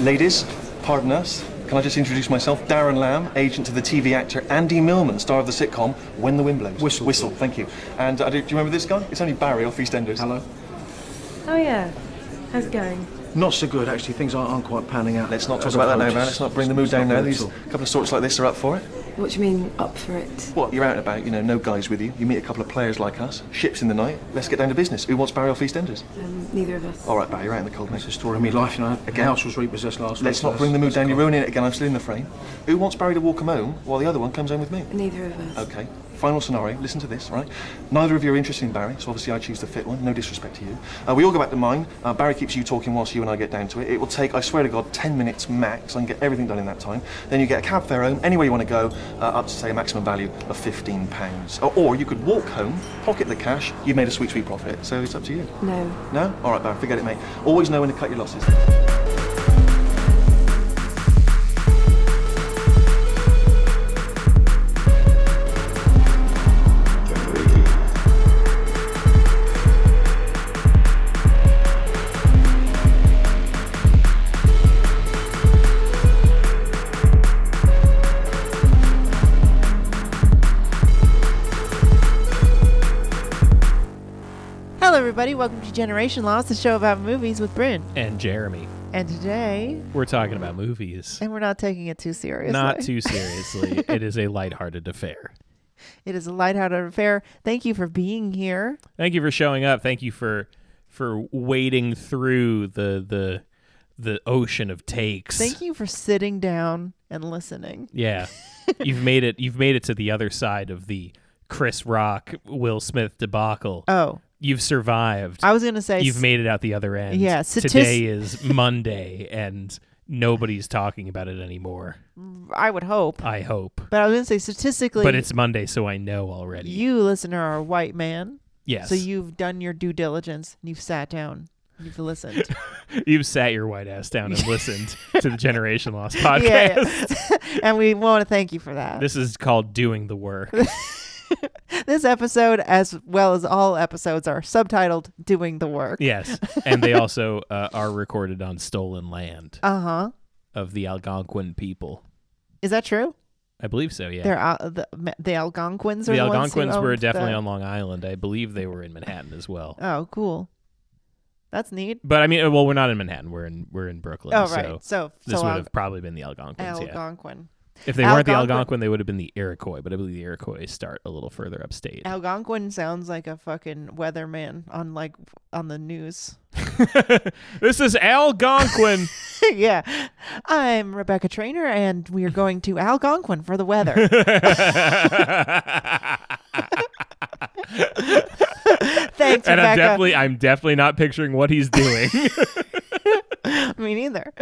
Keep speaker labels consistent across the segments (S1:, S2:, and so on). S1: Ladies, pardon us. Can I just introduce myself? Darren Lamb, agent to the TV actor Andy Millman, star of the sitcom When the Wind Blows.
S2: Whistle.
S1: Whistle, thank you. And uh, do, do you remember this guy? It's only Barry off EastEnders.
S2: Hello.
S3: Oh yeah, how's it going?
S2: Not so good, actually. Things aren't, aren't quite panning out.
S1: Let's not talk
S2: as
S1: about that now,
S2: approaches.
S1: man. Let's not bring the mood
S2: It's not
S1: down now.
S2: good at
S1: These
S2: all.
S1: couple of sorts like this are up for it.
S3: What do you mean up for it?
S1: What? You're out and about, you know, no guys with you. You meet a couple of players like us. Ships in the night. Let's get down to business. Who wants Barry off EastEnders?
S3: Um, neither of us.
S1: All right, Barry, you're out in the cold, mate.
S2: It's the story of me life, you know. A
S1: Again.
S2: house was repossessed last week.
S1: Let's not
S2: so
S1: bring the mood
S2: that's-
S1: down. You're ruining it again. I'm still in the frame. Who wants Barry to walk him home while the other one comes home with me?
S3: Neither of us.
S1: Okay. Final scenario. Listen to this, right? Neither of you are interested in Barry, so obviously I choose the fit one. No disrespect to you. Uh, we all go back to mine. Uh, Barry keeps you talking whilst you and I get down to it. It will take, I swear to God, 10 minutes max. I can get everything done in that time. Then you get a cab fare home, anywhere you want to go, uh, up to say a maximum value of £15. Or, or you could walk home, pocket the cash, you've made a sweet, sweet profit. So it's up to you.
S3: No.
S1: No? All right, Barry, forget it, mate. Always know when to cut your losses.
S4: Hello, everybody. Welcome to Generation Lost, the show about movies with Bryn.
S5: and Jeremy.
S4: And today,
S5: We're talking about movies.
S4: and we're not taking it too seriously.
S5: Not too seriously. it is a lighthearted affair.
S4: It is a lighthearted affair. Thank you for being here.
S5: Thank you for showing up. Thank you for for wading through the the the ocean of takes.
S4: Thank you for sitting down and listening.
S5: Yeah. you've made it you've made it to the other side of the Chris Rock Will Smith debacle.
S4: Oh,
S5: you've survived.
S4: I was gonna say
S5: you've
S4: s-
S5: made it out the other end.
S4: Yeah, statis-
S5: Today is Monday and nobody's talking about it anymore.
S4: I would hope,
S5: I hope.
S4: but I was gonna say statistically,
S5: Uh, But it's Monday so I know already.
S4: you, listener, are a white man,
S5: yes.
S4: so you've done your due diligence and you've sat down, and you've listened.
S5: You've sat your white ass down and listened to the Generation Lost podcast.
S4: Yeah, yeah. and we want to thank you for that.
S5: This is called doing the work.
S4: This episode, as well as all episodes, are subtitled "Doing the Work."
S5: yes. And they also uh, are recorded on stolen land
S4: Uh huh.
S5: of the Algonquin people.
S4: Is that true?
S5: I believe so, yeah.
S4: They're uh, the, ma- the Algonquins. Are
S5: the
S4: the ones who
S5: Algonquins were
S4: owned
S5: definitely
S4: the-
S5: on Long Island. I believe they were in Manhattan as well.
S4: Oh, cool. That's neat.
S5: But I mean, uh, well, we're not in Manhattan. We're in we're in Brooklyn.
S4: Oh,
S5: so
S4: right. So,
S5: this
S4: so
S5: would
S4: Al-
S5: have probably been the Algonquins. yeah.
S4: Algonquin.
S5: If they weren't the
S4: Algonquin-
S5: Algonquin, they would have been the Iroquois. But I believe the Iroquois start a little further upstate.
S4: Algonquin sounds like a fucking weatherman on like on the news.
S5: this is Algonquin.
S4: yeah, I'm Rebecca Trainer, and we are going to Algonquin for the weather. Thanks,
S5: and I'm
S4: Rebecca.
S5: definitely I'm definitely not picturing what he's doing.
S4: Me neither.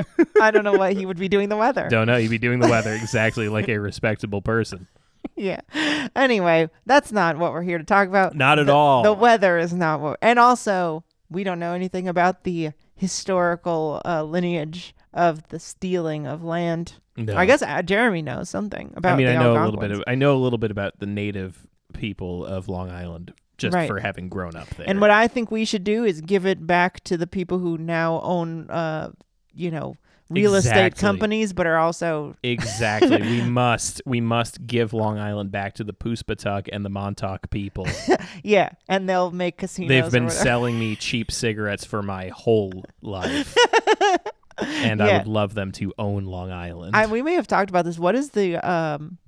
S4: I don't know why he would be doing the weather.
S5: Don't know. You'd be doing the weather exactly like a respectable person.
S4: Yeah. Anyway, that's not what we're here to talk about.
S5: Not at
S4: The-
S5: all.
S4: The weather is not what. And also, we don't know anything about the historical uh, lineage of the stealing of land.
S5: No.
S4: I guess uh, Jeremy knows something about.
S5: I mean,
S4: the
S5: I know a little bit
S4: Algonquins.
S5: of I know a little bit about the native people of Long Island just
S4: Right.
S5: for having grown up there.
S4: And what I think we should do is give it back to the people who now own, uh, you know, real estate
S5: Exactly.
S4: companies, but are also
S5: exactly. we must we must give Long Island back to the Puspatuck and the Montauk people.
S4: yeah, and they'll make casinos. or
S5: They've been
S4: whatever.
S5: selling me cheap cigarettes for my whole life. and I
S4: Yeah.
S5: would love them to own Long Island.
S4: I, we may have talked about this. What is the um,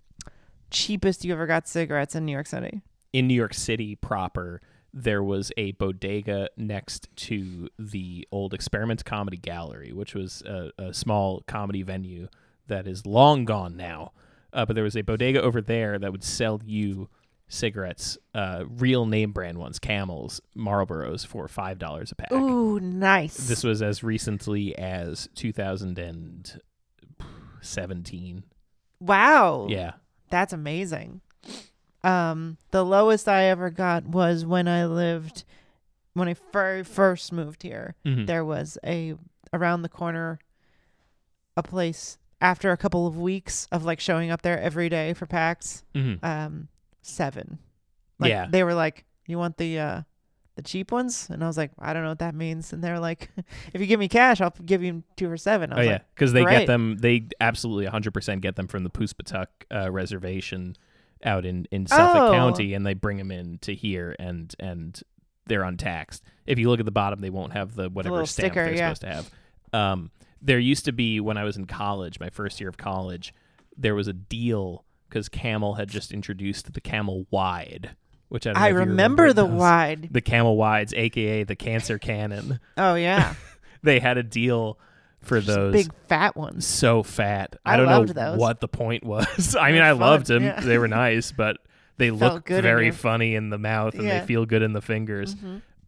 S4: cheapest you ever got cigarettes in New York City?
S5: in New York City proper, there was a bodega next to the old Experiment Comedy Gallery, which was a, a small comedy venue that is long gone now. Uh, but there was a bodega over there that would sell you cigarettes, uh, real name brand ones, Camels, Marlboros, for five dollars a pack.
S4: Ooh, nice.
S5: This was as recently as 2017.
S4: wow.
S5: Yeah.
S4: That's amazing. Um, the lowest I ever got was when I lived, when I very first moved here.
S5: Mhm.
S4: There was a around the corner, a place. After a couple of weeks of like showing up there every day for packs,
S5: Mhm.
S4: um, seven. Like,
S5: Yeah.
S4: They were like, "You want the uh, the cheap ones. And I was like, I don't know what that means. And they were like, if you give me cash, I'll give you two for seven. I
S5: Oh
S4: was
S5: yeah,
S4: like,
S5: because they
S4: "Great."
S5: get them. They absolutely 100% get them from the Puspatuck uh, reservation out in in Suffolk
S4: Oh.
S5: County, and they bring them in to here, and and they're untaxed. If you look at the bottom, they won't have the whatever
S4: little
S5: stamp
S4: sticker,
S5: they're
S4: yeah.
S5: supposed to have. Um, there used to be when I was in college, my first year of college, there was a deal because Camel had just introduced the Camel Wide, which I, don't know
S4: I
S5: if you
S4: remember the
S5: those.
S4: wide.
S5: the Camel Wides, aka the Cancer Cannon.
S4: Oh yeah,
S5: They had a deal for those
S4: big fat ones.
S5: so fat. I,
S4: I
S5: don't
S4: loved
S5: know
S4: those.
S5: what the point was. I mean, I
S4: fun,
S5: loved them.
S4: yeah.
S5: They were nice, but they looked
S4: good in
S5: very
S4: your-
S5: funny in the mouth and
S4: Yeah. Mm-hmm.
S5: they feel good in the fingers.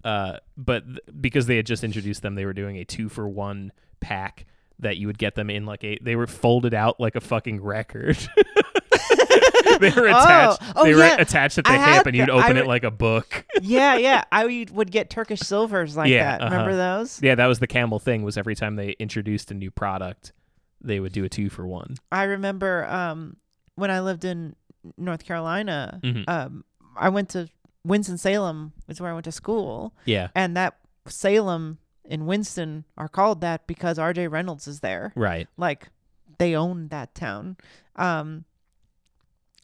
S5: Uh, but th- because they had just introduced them, they were doing a two for one pack that you would get them in like a. They were folded out like a fucking record. they were attached.
S4: oh,
S5: they were
S4: yeah.
S5: attached at
S4: I
S5: the
S4: had
S5: hip, and you'd
S4: the- I
S5: open
S4: re-
S5: it like a book.
S4: yeah, yeah. I would- would get Turkish silvers like
S5: Yeah,
S4: that. Remember
S5: uh-huh.
S4: those?
S5: yeah, that was the camel thing. Was every time they introduced a new product, they would do a two for one.
S4: I remember um, when I lived in North Carolina.
S5: Mhm.
S4: Um, I went to Winston Salem is where I went to school,
S5: Yeah,
S4: and that Salem and Winston are called that because R.J. Reynolds is there.
S5: right.
S4: like they owned that town. Um,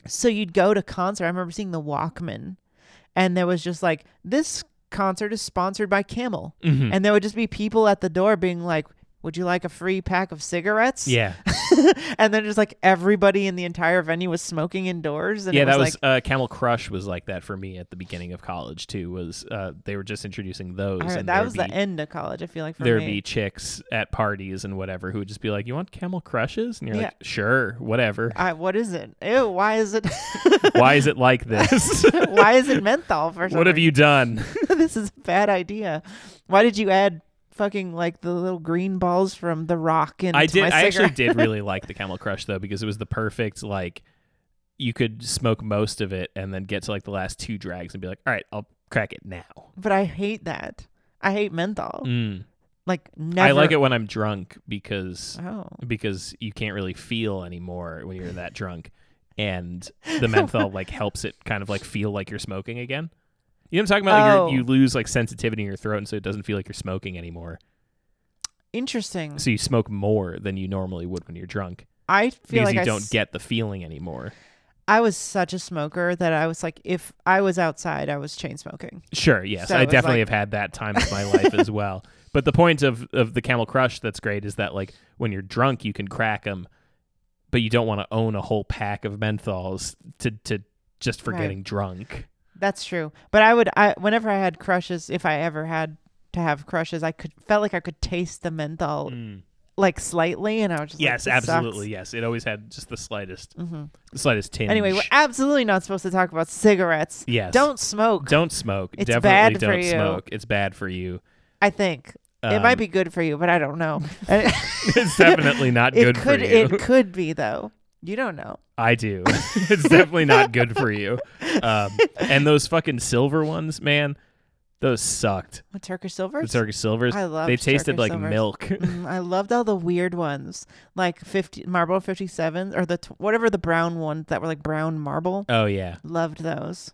S4: so you'd go to concert. I remember seeing the Walkman, and there was just like this concert is sponsored by Camel,
S5: Mm-hmm.
S4: and there would just be people at the door being like, "Would you like a free pack of cigarettes?"
S5: Yeah,
S4: and then just like everybody in the entire venue was smoking indoors, and
S5: yeah,
S4: it was
S5: that was
S4: like,
S5: uh, Camel Crush was like that for me at the beginning of college too. Was uh, they were just introducing those,
S4: I-
S5: and
S4: that
S5: there'd
S4: was
S5: be,
S4: the end of college. I feel like for
S5: There'd
S4: me.
S5: be chicks at parties and whatever who would just be like, "You want Camel Crushes?" And you're
S4: Yeah.
S5: like, "Sure, whatever."
S4: I, what is it? Ew! Why is it?
S5: Why is it like this?
S4: why is it menthol? For
S5: what have you done?
S4: this is a bad idea. Why did you add fucking like the little green balls from The Rock into
S5: I did.
S4: my
S5: I actually
S4: cigarette?
S5: did really like the Camel Crush though because it was the perfect like you could smoke most of it and then get to like the last two drags and be like, "All right, I'll crack it now."
S4: But I hate that. I hate menthol.
S5: Mm.
S4: Like never.
S5: I like it when I'm drunk because
S4: Oh,
S5: because you can't really feel anymore when you're that drunk and the menthol like helps it kind of like feel like you're smoking again you know what i'm talking about like you're-
S4: Oh.
S5: you lose like sensitivity in your throat and so it doesn't feel like you're smoking anymore
S4: interesting.
S5: so you smoke more than you normally would when you're drunk
S4: I feel
S5: because
S4: like
S5: you
S4: I
S5: don't
S4: s-
S5: get the feeling anymore
S4: I was such a smoker that I was like, if I was outside, I was chain smoking.
S5: Sure, yes.
S4: So it
S5: I
S4: was
S5: definitely
S4: like-
S5: have had that time of my life as well. But the point of, of the Camel Crush that's great is that like when you're drunk you can crack them, but you don't want to own a whole pack of menthols to to just for
S4: Right.
S5: getting drunk.
S4: That's true. But I would, I whenever I had crushes, if I ever had to have crushes, I could felt like I could taste the menthol like slightly, and I was just like,
S5: Mm. Yes,
S4: "This sucks." Mm-hmm.
S5: absolutely. Yes, it always had just the slightest, the slightest tinge.
S4: Anyway, we're absolutely not supposed to talk about cigarettes.
S5: Yes.
S4: Don't smoke.
S5: don't smoke.
S4: It's
S5: Definitely
S4: bad for
S5: don't
S4: you.
S5: smoke. It's bad for you.
S4: I think it
S5: Um,
S4: might be good for you, but I don't know.
S5: It's definitely not
S4: it
S5: good
S4: could
S5: for you.
S4: it could be though. You don't know.
S5: I do. it's definitely not good for you. Um, and those fucking silver ones, man, those sucked.
S4: What Turkish silvers?
S5: The Turkish silvers,
S4: I loved
S5: they tasted
S4: Turkish
S5: like
S4: silvers.
S5: milk.
S4: Mm, I loved all the weird ones, like fifty marble fifty seven or the t- whatever the brown ones that were like brown marble.
S5: oh yeah,
S4: Loved those.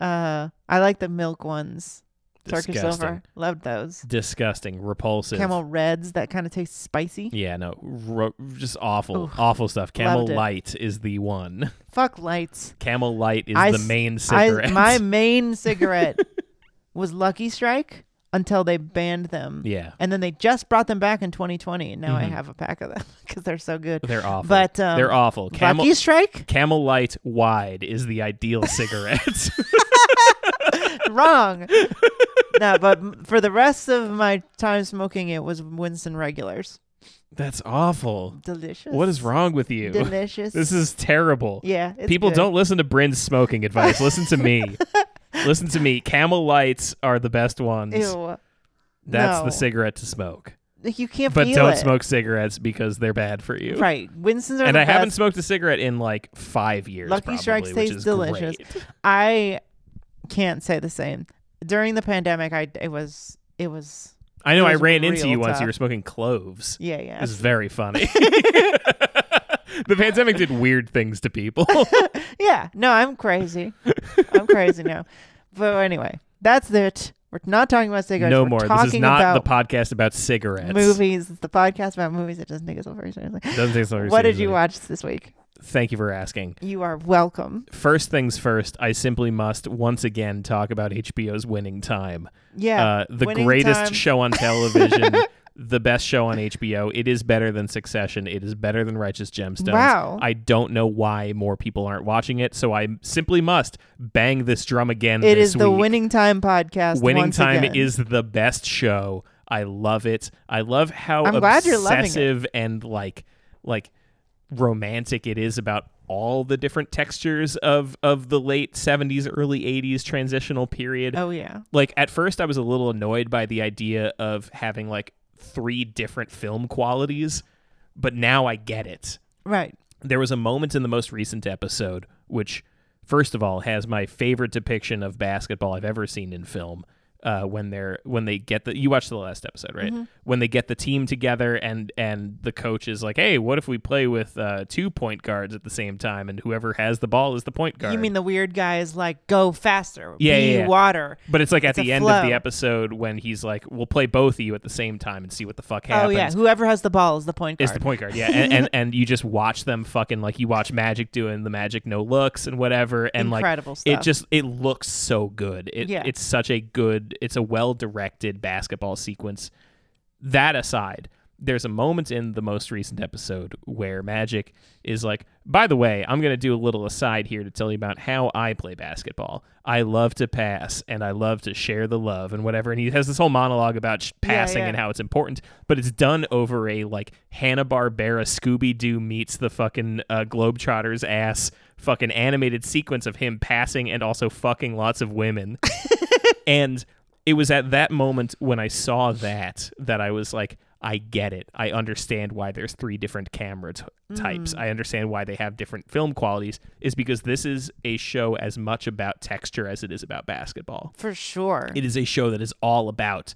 S4: Uh, I like the milk ones. Turkish silver.
S5: Disgusting.
S4: Loved those.
S5: disgusting, repulsive.
S4: Camel reds that kind of taste spicy.
S5: Yeah, no, ro- just awful,
S4: Oof.
S5: awful stuff. Camel
S4: Loved it.
S5: Light is the one.
S4: Fuck lights.
S5: Camel Light is
S4: I
S5: the
S4: s-
S5: main
S4: I-
S5: cigarette.
S4: my main cigarette was Lucky Strike until they banned them.
S5: yeah, Mm-hmm.
S4: And then they just brought them back in 2020. And now I have a pack of them because they're so good.
S5: they're awful.
S4: But, um,
S5: they're awful. Camel
S4: Lucky Strike?
S5: Camel Light Wide is the ideal cigarette.
S4: Wrong. no, but m- for the rest of my time smoking, it was Winston regulars.
S5: That's awful.
S4: Delicious.
S5: What is wrong with you?
S4: Delicious.
S5: This is terrible.
S4: yeah. it's
S5: People
S4: good.
S5: don't listen to Bryn's smoking advice. Listen to me. listen to me. Camel lights are the best ones.
S4: Ew.
S5: That's
S4: No.
S5: the cigarette to smoke.
S4: Like, You can't
S5: But
S4: feel
S5: don't
S4: it.
S5: smoke cigarettes because they're bad for you.
S4: Right. Winston's are
S5: And
S4: the
S5: I haven't
S4: best.
S5: smoked a cigarette in like five years.
S4: Lucky
S5: probably,
S4: Strikes
S5: which
S4: tastes
S5: is
S4: delicious.
S5: great.
S4: I can't say the same. During the pandemic, I it was it was
S5: I know
S4: It
S5: I
S4: was
S5: ran into
S4: real
S5: you once.
S4: tough.
S5: You were smoking cloves.
S4: yeah yeah.
S5: This is very funny. the pandemic did weird things to people.
S4: Yeah. No, I'm crazy. I'm crazy now. But anyway, that's it. We're not talking about cigarettes.
S5: no
S4: We're
S5: more.
S4: Talking
S5: This is not the
S4: about
S5: podcast about cigarettes.
S4: movies. It's the podcast about movies. It doesn't take us all very seriously.
S5: Doesn't take us all very
S4: What did
S5: seriously.
S4: you watch this week?
S5: Thank you for asking.
S4: You are welcome.
S5: First things first, I simply must once again talk about HBO's Winning Time.
S4: Yeah,
S5: Uh, the
S4: Winning
S5: greatest
S4: Time.
S5: show on television, the best show on HBO. It is better than Succession. It is better than Righteous Gemstones.
S4: Wow.
S5: I don't know why more people aren't watching it, so I simply must bang this drum again.
S4: It
S5: this
S4: is the
S5: week.
S4: Winning Time podcast.
S5: Winning
S4: once
S5: Time
S4: again.
S5: is the best show. I love it. I love how
S4: I'm glad you're loving it.
S5: obsessive and like like romantic it is about all the different textures of of the late 70s early 80s transitional period.
S4: Oh yeah.
S5: Like at first I was a little annoyed by the idea of having like three different film qualities, but now I get it
S4: Right.
S5: there was a moment in the most recent episode which first of all has my favorite depiction of basketball i've ever seen in film uh, when they're when they get the you watched the last episode right
S4: Mm-hmm.
S5: when they get the team together and and the coach is like hey what if we play with uh, two point guards at the same time and whoever has the ball is the point guard
S4: You mean the weird guy is like, go faster,
S5: Yeah,
S4: be
S5: yeah, yeah.
S4: water.
S5: but it's like at
S4: it's a
S5: the end of
S4: flow.
S5: the episode when he's like we'll play both of you at the same time and see what the fuck
S4: Oh
S5: happens
S4: yeah, whoever has the ball is the point guard.
S5: Is the point guard, yeah, and, and and you just watch them fucking like you watch Magic doing the Magic no looks and whatever, and
S4: Incredible
S5: like
S4: stuff.
S5: it just it looks so good. It,
S4: Yeah.
S5: it's such a good, it's a well directed basketball sequence. That aside, there's a moment in the most recent episode where Magic is like, by the way, I'm going to do a little aside here to tell you about how I play basketball. I love to pass and I love to share the love and whatever. And he has this whole monologue about sh- passing
S4: yeah.
S5: and how it's important, but it's done over a like Hanna-Barbera Scooby Doo meets the fucking uh, Globetrotters ass fucking animated sequence of him passing and also fucking lots of women. And it was at that moment when I saw that that I was like, I get it. I understand why there's three different camera t- types. I understand why they have different film qualities, is because this is a show as much about texture as it is about basketball.
S4: For sure.
S5: It is a show that is all about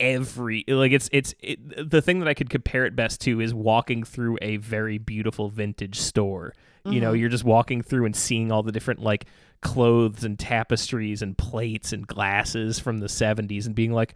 S5: every like it's it's it, the thing that I could compare it best to is walking through a very beautiful vintage store. You know, you're just walking through and seeing all the different like clothes and tapestries and plates and glasses from the 70s and being like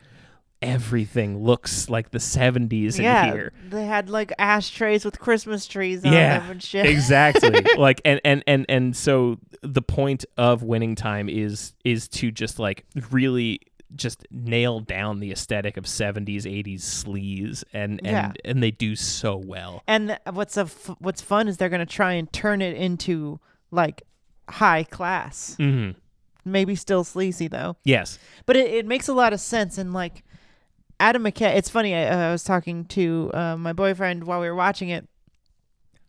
S5: everything looks like the 70s
S4: yeah,
S5: in here.
S4: they had like ashtrays with Christmas trees on them and shit.
S5: exactly. like and and and and so the point of winning time is is to just like really just nail down the aesthetic of 70s 80s sleaze and and
S4: Yeah.
S5: and they do so well.
S4: And th- what's a f- what's fun is they're gonna try and turn it into like high class.
S5: Mhm.
S4: Maybe still sleazy though,
S5: Yes.
S4: but it, it makes a lot of sense. And like Adam McKay, it's funny. I, I was talking to uh, my boyfriend while we were watching it,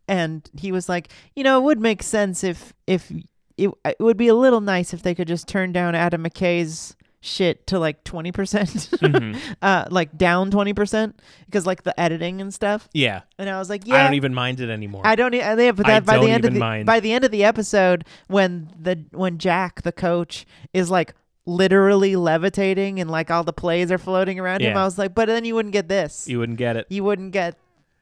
S4: and he was like, you know, it would make sense if if it, it would be a little nice if they could just turn down Adam McKay's shit to like 20% uh like down 20% because like the editing and stuff
S5: Yeah.
S4: and i was like yeah
S5: I don't even mind it anymore.
S4: I don't. e- I think, but
S5: I
S4: that by
S5: don't
S4: the end of
S5: even
S4: the
S5: mind.
S4: by the end of the episode, when the when Jack the coach is like literally levitating and like all the plays are floating around him,
S5: Yeah.
S4: I was like, but then you wouldn't get this. You,
S5: you wouldn't get it.
S4: wouldn't get.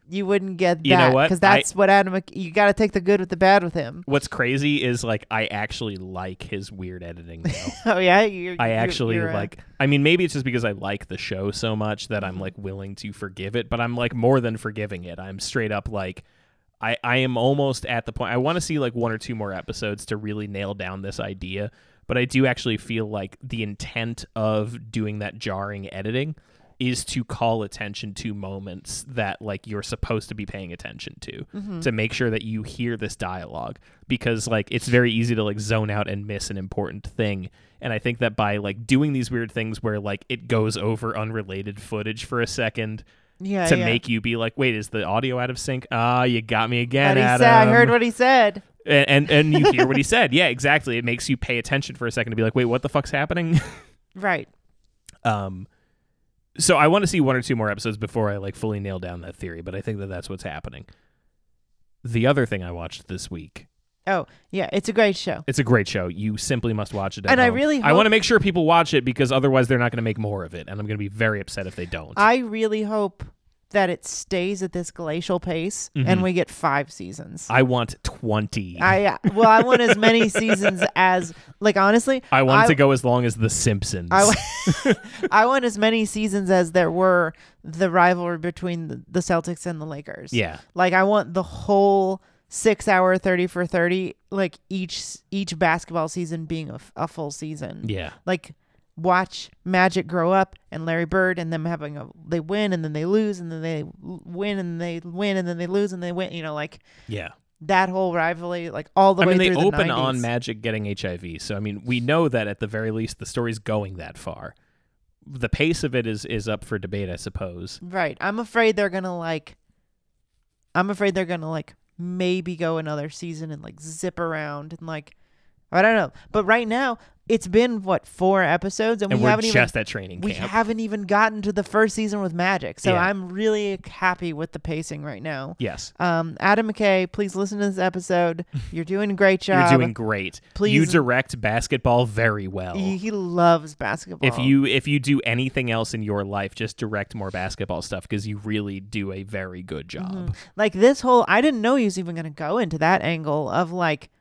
S4: You wouldn't get that.
S5: You know what?
S4: Because
S5: I-
S4: that's what Adam. Mc- You got to take the good with the bad with him.
S5: What's crazy is like I actually like his weird editing now.
S4: Oh yeah, you
S5: I
S4: you-
S5: actually
S4: you're, uh,
S5: like. I mean, maybe it's just because I like the show so much that
S4: Mm-hmm.
S5: I'm like willing to forgive it, but I'm like more than forgiving it. I'm straight up like, I I am almost at the point. I want to see like one or two more episodes to really nail down this idea, but I do actually feel like the intent of doing that jarring editing is to call attention to moments that like you're supposed to be paying attention to
S4: Mm-hmm.
S5: to make sure that you hear this dialogue because like it's very easy to like zone out and miss an important thing and i think that by like doing these weird things where like it goes over unrelated footage for a second
S4: yeah,
S5: to
S4: yeah.
S5: make you be like wait is the audio out of sync ah you got me again
S4: And he
S5: Adam
S4: said, I heard what he said.
S5: and, and and you hear what he said yeah exactly it makes you pay attention for a second to be like wait what the fuck's happening
S4: Right.
S5: um, so I want to see one or two more episodes before I like fully nail down that theory, but I think that that's what's happening. The other thing I watched this week.
S4: Oh yeah, it's a great show.
S5: It's a great show. You simply must watch it. at
S4: And I
S5: home.
S4: really
S5: I
S4: hope-
S5: want to make sure people watch it because otherwise they're not going to make more of it, and I'm going to be very upset if they don't.
S4: I really hope that it stays at this glacial pace
S5: Mm-hmm.
S4: and we get five seasons.
S5: I want 20. I,
S4: I, uh well, I want as many seasons as like honestly.
S5: want it to go as long as The Simpsons.
S4: I, wa- I want as many seasons as there were the rivalry between the, the Celtics and the Lakers.
S5: Yeah.
S4: Like I want the whole 6 hour 30 for 30 like each each basketball season being a, f- a full season.
S5: yeah.
S4: Like watch Magic grow up and Larry Bird and them having a they win and then they lose and then they l- win and they win and then they lose and they win, you know, like
S5: Yeah.
S4: that whole rivalry like all the
S5: I
S4: way
S5: mean, they
S4: through
S5: open
S4: the 90s.
S5: on Magic getting HIV. So, I mean, we know that at the very least the story's going that far. The pace of it is is up for debate, I suppose.
S4: Right. I'm afraid they're gonna like. I'm afraid they're gonna like maybe go another season and like zip around and like, I don't know. But right now, it's been what four episodes and,
S5: And
S4: we
S5: we're
S4: haven't
S5: just
S4: even
S5: at training
S4: we
S5: camp.
S4: haven't even gotten to the first season with Magic. So
S5: Yeah.
S4: I'm really happy with the pacing right now.
S5: yes.
S4: Um, Adam McKay, please listen to this episode. You're doing a great
S5: You're
S4: job.
S5: doing great. You
S4: please-
S5: direct basketball very well.
S4: He, he loves basketball.
S5: if you if you do anything else in your life, just direct more basketball stuff because you really do a very good job.
S4: Mm-hmm. like this whole i didn't know he was even going to go into that angle of like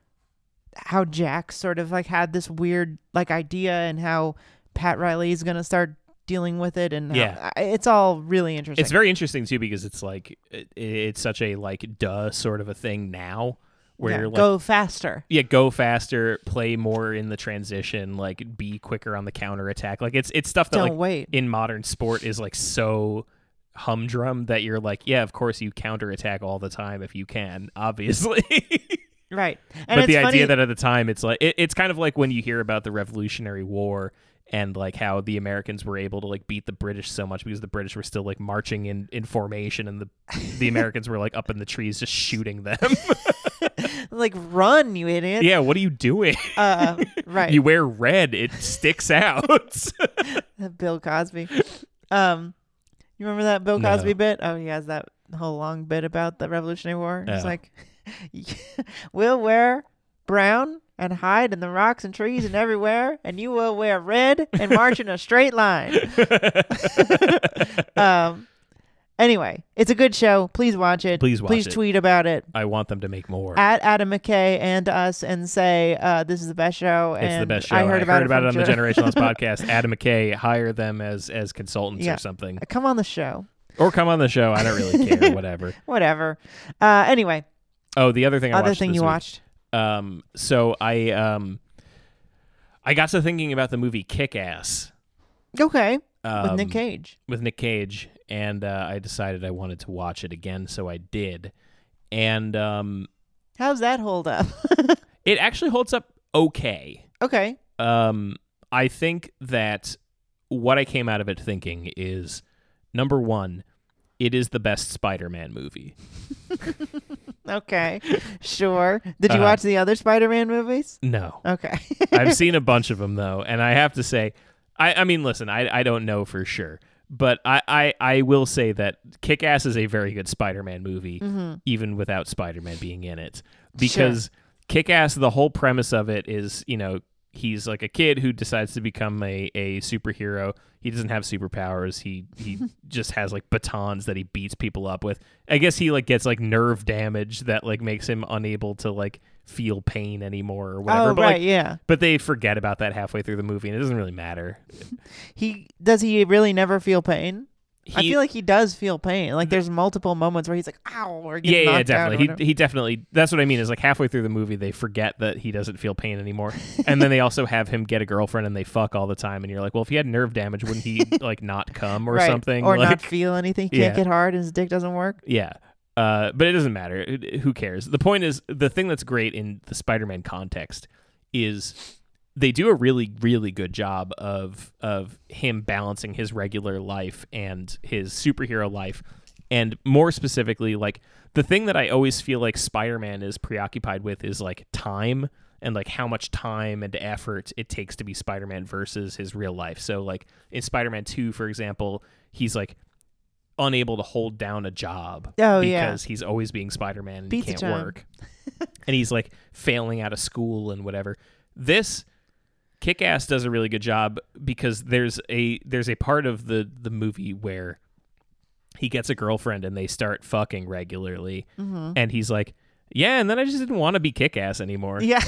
S4: how jack sort of like had this weird like idea and how pat riley is going to start dealing with it and how-
S5: Yeah.
S4: I- it's all really interesting
S5: It's very interesting too because it's like it, it's such a like duh sort of a thing now where
S4: Yeah,
S5: you're like
S4: go faster
S5: yeah go faster, play more in the transition, like be quicker on the counter attack. Like it's it's stuff that
S4: Don't
S5: like
S4: wait.
S5: in modern sport is like so humdrum that you're like yeah of course you counter attack all the time if you can obviously.
S4: right and
S5: but
S4: it's
S5: the
S4: funny,
S5: idea that at the time it's like it, it's kind of like when you hear about the revolutionary war and like how the americans were able to like beat the british so much because the british were still like marching in in formation and the the americans were like up in the trees just shooting them
S4: like run you idiot
S5: yeah what are you doing
S4: uh, right
S5: you wear red it sticks out
S4: bill cosby um you remember that bill
S5: No.
S4: cosby bit oh he has that whole long bit about the revolutionary war it's
S5: Oh.
S4: like we'll wear brown and hide in the rocks and trees and everywhere and you will wear red and march in a straight line um anyway it's a good show please watch it
S5: Please watch
S4: please
S5: it.
S4: tweet about it
S5: i want them to make more
S4: at Adam McKay and us, and say uh, this is the best show.
S5: it's
S4: and
S5: the best show.
S4: I heard about it, from
S5: on the
S4: Joe-
S5: Generation Lost podcast. Adam McKay, hire them as as consultants
S4: Yeah.
S5: or something,
S4: Come on the show,
S5: or come on the show. I don't really care. Whatever.
S4: whatever. Uh, anyway,
S5: Oh, the other thing I
S4: other
S5: watched
S4: thing
S5: this
S4: you
S5: week-
S4: watched.
S5: Um, so I um, I got to thinking about the movie Kick Ass
S4: Okay.
S5: um,
S4: With Nick Cage.
S5: with Nick Cage, and uh, I decided I wanted to watch it again, so I did, and um,
S4: How's that hold up?
S5: it actually holds up okay.
S4: okay.
S5: Um, I think that what I came out of it thinking is number one, it is the best Spider-Man movie.
S4: Okay. Sure. Did you
S5: Uh,
S4: watch the other Spider Man movies?
S5: No,
S4: Okay.
S5: I've seen a bunch of them though, and I have to say, I, I mean, listen, I, I don't know for sure, but I, I, I will say that Kick Ass is a very good Spider-Man movie,
S4: Mm-hmm.
S5: even without Spider-Man being in it, because Kick Ass, the whole premise of it is, you know, he's like a kid who decides to become a, a superhero. He doesn't have superpowers. He he just has like batons that he beats people up with. I guess he like gets like nerve damage that like makes him unable to like feel pain anymore or whatever.
S4: oh,
S5: but
S4: right.
S5: like,
S4: yeah.
S5: but they forget about that halfway through the movie, and it doesn't really matter.
S4: He does he really never feel pain? I
S5: He-
S4: feel like he does feel pain. Like there's multiple moments where he's like, "Ow!" Or gets
S5: yeah, yeah,
S4: knocked out or
S5: definitely.
S4: whatever.
S5: He, he definitely. That's what I mean. Is like halfway through the movie, they forget that he doesn't feel pain anymore, and then they also have him get a girlfriend, and they fuck all the time. And you're like, well, if he had nerve damage, wouldn't he like not come or
S4: Right.
S5: something?
S4: or
S5: like,
S4: not feel anything. He can't
S5: Yeah.
S4: get hard, and his dick doesn't work.
S5: Yeah. Uh, but it doesn't matter. It- Who cares? The point is, the thing that's great in the Spider-Man context is they do a really, really good job of of him balancing his regular life and his superhero life, and more specifically, like the thing that I always feel like Spider-Man is preoccupied with is like time and like how much time and effort it takes to be Spider-Man versus his real life. So like in Spider-Man Two, for example, he's like unable to hold down a job
S4: Oh, yeah.
S5: because he's always being Spider-Man and
S4: Pizza
S5: he can't
S4: time.
S5: work. and he's like failing out of school and whatever. This Kick-Ass does a really good job because there's a there's a part of the the movie where he gets a girlfriend and they start fucking regularly.
S4: Mm-hmm.
S5: And he's like, yeah, and then I just didn't want to be kick ass anymore.
S4: Yeah.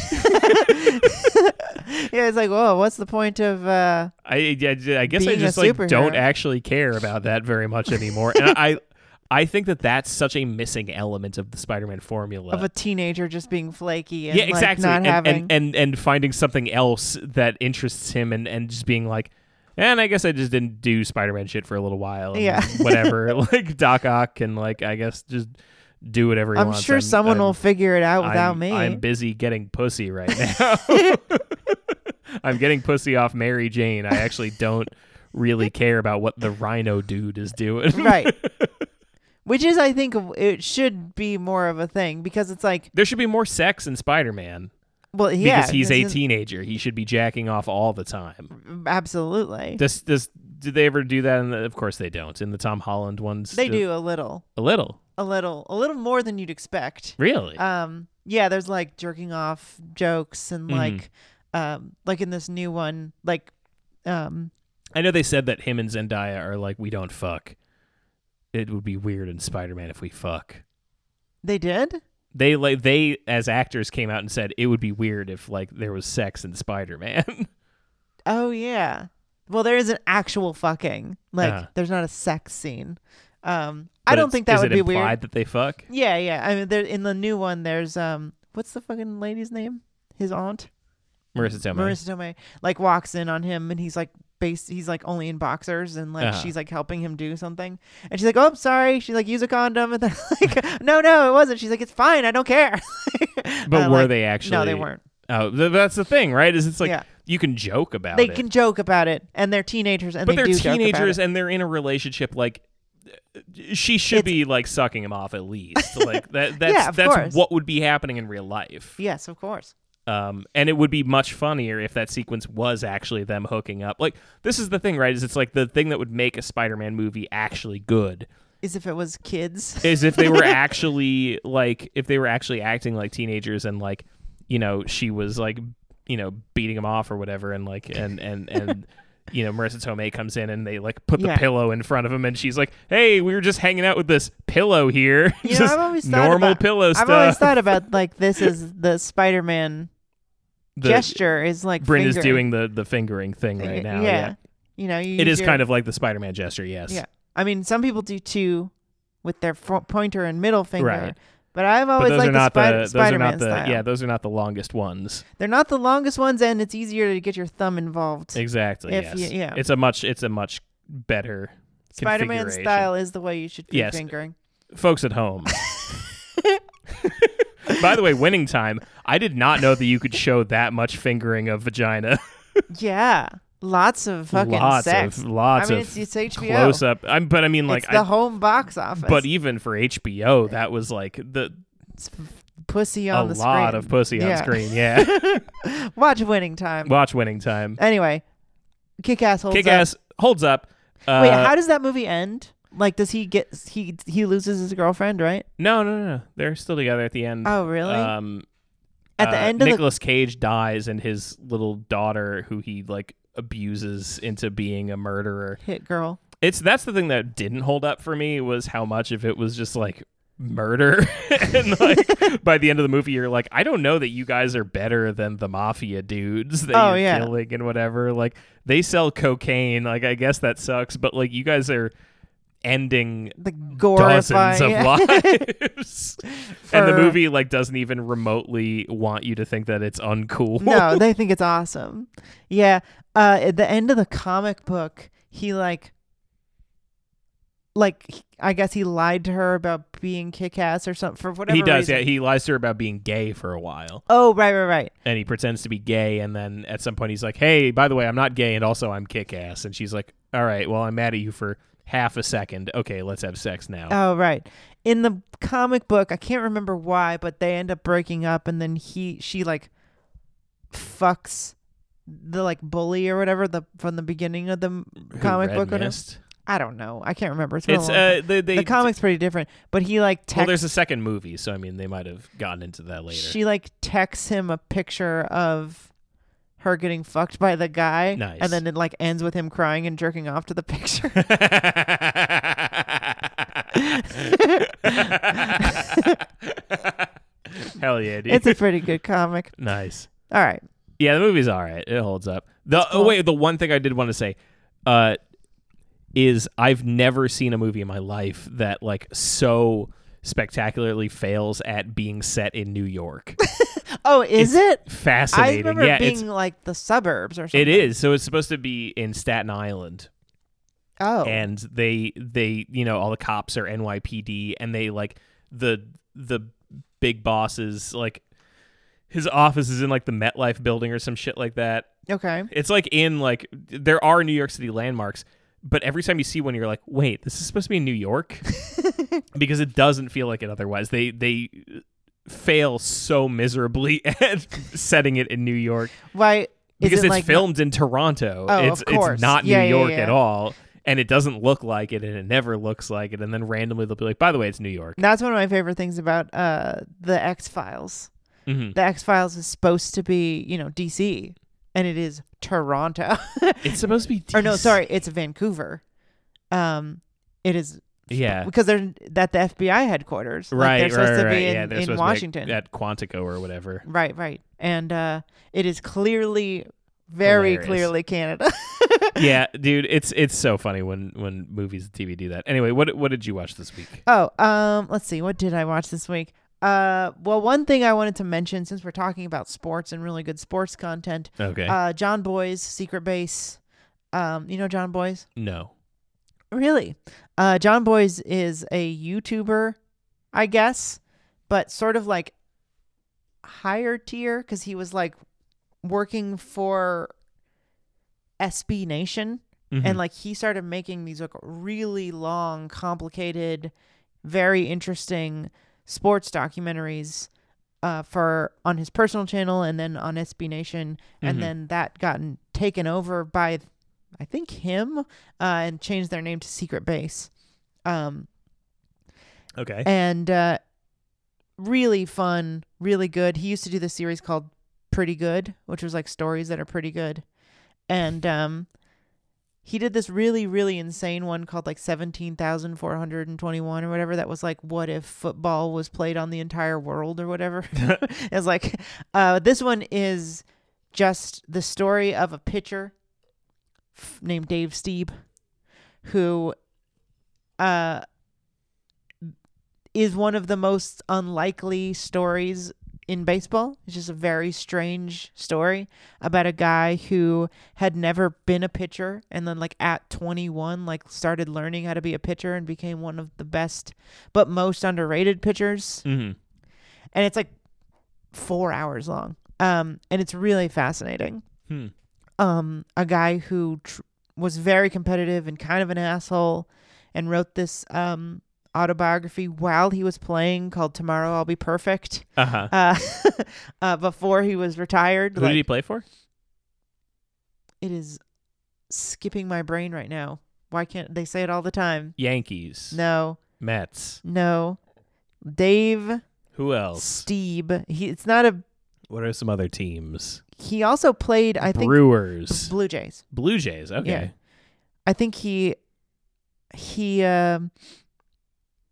S4: yeah, it's like, whoa, what's the point of uh
S5: I, I, I guess I
S4: Being a
S5: just like don't
S4: superhero.
S5: actually care about that very much anymore. and I I think that that's such a missing element of the Spider-Man formula.
S4: of a teenager just being flaky and
S5: Uh, yeah,
S4: like,
S5: exactly.
S4: not
S5: and,
S4: having
S5: and, and and finding something else that interests him and and just being like and I guess I just didn't do Spider-Man shit for a little while. and
S4: Yeah.
S5: whatever. like Doc Ock and like I guess just do whatever he
S4: I'm
S5: wants.
S4: sure someone
S5: I'm-
S4: will figure it out without
S5: I'm,
S4: me.
S5: I'm busy getting pussy right now. I'm getting pussy off Mary Jane. I actually don't really care about what the rhino dude is doing.
S4: right. Which is I think it should be more of a thing because it's like
S5: There should be more sex in Spider Man
S4: well yeah
S5: because he's
S4: this
S5: a
S4: is-
S5: teenager. He should be jacking off all the time.
S4: Absolutely.
S5: Does does did they ever do that? In the, of course they don't. In the Tom Holland ones,
S4: They
S5: uh,
S4: do a little.
S5: a little.
S4: A little a little more than you'd expect.
S5: Really?
S4: um yeah there's like jerking off jokes and
S5: Mm-hmm.
S4: like um like in this new one like um
S5: I know they said that him and Zendaya are like we don't fuck. It would be weird in Spider Man if we fuck.
S4: they did
S5: they like they as actors came out and said it would be weird if like there was sex in spider-man
S4: oh yeah well there is an actual fucking like
S5: Uh-huh.
S4: there's not a sex scene um
S5: But
S4: i don't
S5: it's-
S4: think that
S5: is
S4: would
S5: it
S4: be
S5: implied
S4: weird
S5: that they fuck
S4: yeah yeah i mean there in the new one there's um what's the fucking lady's name his aunt
S5: marissa tomei
S4: marissa tomei like walks in on him and he's like base he's like only in boxers and like
S5: Uh-huh.
S4: she's like helping him do something and she's like oh I'm sorry she's like use a condom and then like no no it wasn't she's like it's fine i don't care
S5: but
S4: Uh,
S5: were
S4: like,
S5: they actually
S4: no they weren't
S5: oh th- that's the thing right is it's like
S4: Yeah.
S5: you can joke about
S4: they
S5: it
S4: can joke about it and they're teenagers and
S5: but
S4: they
S5: are
S4: do
S5: teenagers
S4: joke about it.
S5: and they're in a relationship like she should
S4: It's-
S5: be like sucking him off at least like that that's
S4: of
S5: that's
S4: course.
S5: what would be happening in real life
S4: yes of course
S5: um, and it would be much funnier if that sequence was actually them hooking up like this is the thing right is it's like the thing that would make a spider-man movie actually good
S4: is if it was kids
S5: is if they were actually like if they were actually acting like teenagers and like you know she was like you know beating him off or whatever and like and and and you know Marissa Tomei comes in and they like put
S4: Yeah.
S5: the pillow in front of him and she's like hey we were just hanging out with this pillow here
S4: you know,
S5: Just
S4: I've always thought
S5: normal
S4: about,
S5: pillow stuff
S4: I've always thought about like this is the Spider-Man
S5: the,
S4: gesture is like
S5: Bryn is
S4: fingering. Eh,
S5: doing the the fingering thing right now yeah,
S4: you know you
S5: it
S4: use
S5: is
S4: your-
S5: kind of like the Spider-Man gesture yes
S4: Yeah. I mean, some people do two with their fo- pointer and middle finger.
S5: Right.
S4: But I've
S5: but
S4: always
S5: those
S4: liked
S5: are not
S4: Oh, the, Spid-
S5: the those are
S4: Spider-Man
S5: not the
S4: style.
S5: yeah those are not the longest ones
S4: They're not the longest ones, and it's easier to get your thumb involved.
S5: Exactly.
S4: If
S5: yes.
S4: you- yeah.
S5: It's a much it's a much better
S4: Spider-Man
S5: configuration.
S4: style is the way you should be
S5: Yes.
S4: fingering.
S5: Folks at home. By the way, winning time. I did not know that you could show that much fingering of vagina.
S4: Yeah, lots of fucking
S5: lots
S4: sex.
S5: of lots
S4: I mean,
S5: of
S4: it's, it's HBO.
S5: close up. I'm, but I mean, like,
S4: it's the
S5: I,
S4: home box office.
S5: but even for HBO, that was like the
S4: pussy
S5: a
S4: on the screen.
S5: lot of pussy on
S4: Yeah.
S5: screen. Yeah,
S4: Watch Winning Time.
S5: watch winning time.
S4: anyway, kick ass holds
S5: Kick
S4: up.
S5: ass holds up. Uh,
S4: Wait, how does that movie end? Like, does he get he he loses his girlfriend? Right
S5: no, no, no, no. They're still together at the end.
S4: Oh, really?
S5: Um,
S4: at the
S5: uh,
S4: end of the
S5: Nicolas Cage dies, and his little daughter, who he like abuses into being a murderer.
S4: hit girl.
S5: It's that's the thing that didn't hold up for me was how much of it was just like murder, and like by the end of the movie, you're like, I don't know that you guys are better than the mafia dudes that
S4: Oh,
S5: you're
S4: yeah.
S5: killing and whatever. Like they sell cocaine. Like I guess that sucks, but like you guys are ending
S4: the glorifying
S5: dozens of lives and the
S4: For-
S5: movie like doesn't even remotely want you to think that it's uncool
S4: no, they think it's awesome. Yeah, uh, at the end of the comic book, he like, like he- I guess he lied to her about being kick-ass or something for whatever.
S5: he does
S4: reason.
S5: yeah he lies to her about being gay for a while
S4: oh right, right, right.
S5: and he pretends to be gay and then at some point he's like hey by the way i'm not gay and also i'm kick-ass and she's like all right well i'm mad at you for half a second okay let's have sex now
S4: Oh right. In the comic book, I can't remember why, but they end up breaking up, and then he she like fucks the like bully or whatever the from the beginning of the m-
S5: Who,
S4: comic
S5: Red
S4: book. or no-
S5: Mist?
S4: I don't know. I can't remember. It's, been a
S5: it's
S4: long time.
S5: uh they, they
S4: the comic's pretty different, but he like
S5: well
S4: texts.
S5: there's a second movie so i mean they might have gotten into that later
S4: she like texts him a picture of her getting fucked by the guy,
S5: Nice.
S4: and then it like ends with him crying and jerking off to the picture.
S5: Hell yeah, dude.
S4: It's a pretty good comic.
S5: nice.
S4: All right.
S5: Yeah, the movie's all right. It holds up. The oh wait, the one thing I did want to say uh is I've never seen a movie in my life that like so spectacularly fails at being set in New York.
S4: Oh, is it? I
S5: Fascinating.
S4: remember
S5: yeah,
S4: it being
S5: it's
S4: like the suburbs or something.
S5: it is. So it's supposed to be in Staten Island.
S4: Oh.
S5: and they they you know all the cops are NYPD and they like the the big bosses like his office is in like the MetLife building or some shit like that.
S4: okay.
S5: It's like in like there are New York City landmarks, but every time you see one you're like, "Wait, this is supposed to be in New York?" because it doesn't feel like it otherwise. They they fail so miserably at setting it in New York
S4: Why? Is
S5: because
S4: it
S5: it's
S4: like,
S5: filmed in Toronto.
S4: Oh, of
S5: it's
S4: course.
S5: it's not
S4: Yeah,
S5: New
S4: yeah,
S5: York
S4: yeah.
S5: at all. And it doesn't look like it, and it never looks like it. And then randomly they'll be like, "By the way, it's New York."
S4: That's one of my favorite things about uh, the X Files.
S5: Mhm.
S4: The X Files is supposed to be, you know, DC, and it is Toronto.
S5: It's supposed to be.
S4: or no,
S5: DC.
S4: sorry, it's Vancouver. Um, it is
S5: Yeah,
S4: because they're at the FBI headquarters. Like,
S5: right,
S4: they're supposed
S5: right,
S4: to
S5: right.
S4: be in,
S5: yeah, they're
S4: in
S5: supposed
S4: Washington.
S5: to be at- at Quantico or whatever.
S4: Right, right. And uh, it is clearly, very
S5: Hilarious.
S4: clearly Canada.
S5: yeah, dude, it's it's so funny when when movies and TV do that. Anyway, what what did you watch this week?
S4: Oh, um, let's see. What did I watch this week? Uh, well, one thing I wanted to mention since we're talking about sports and really good sports content,
S5: Okay,
S4: uh, John Boy's Secret Base. Um, you know John Boy's?
S5: no,
S4: Really? Uh, John Boy's is a YouTuber, I guess, but sort of like higher tier because he was like working for SB Nation
S5: Mm-hmm.
S4: and like he started making these like really long complicated very interesting sports documentaries uh, for on his personal channel and then on SB Nation and then that gotten taken over by I think him uh, and changed their name to Secret Base um,
S5: okay,
S4: and uh, really fun really good he used to do this series called Pretty Good which was like stories that are pretty good and um, he did this really really insane one called like 17,421 or whatever that was like what if football was played on the entire world or whatever it's like uh this one is just the story of a pitcher f- named Dave Steeb who uh is one of the most unlikely stories in baseball. It's just a very strange story about a guy who had never been a pitcher and then like at 21 like started learning how to be a pitcher and became one of the best but most underrated pitchers
S5: hmm
S4: and it's like 4 hours long. Um and it's really fascinating
S5: Hmm.
S4: um, a guy who tr- was very competitive and kind of an asshole and wrote this um, autobiography while he was playing called Tomorrow I'll Be Perfect
S5: uh-huh.
S4: uh, uh, before he was retired.
S5: Who
S4: Like,
S5: did he play for?
S4: it is skipping my brain right now. Why can't they say it all the time?
S5: Yankees,
S4: No,
S5: Mets.
S4: no. Dave
S5: Who else?
S4: Steeb. He, it's not a.
S5: What are some other teams?
S4: He also played, I think,
S5: Brewers,
S4: Blue Jays.
S5: Blue Jays. Okay,
S4: I think he he um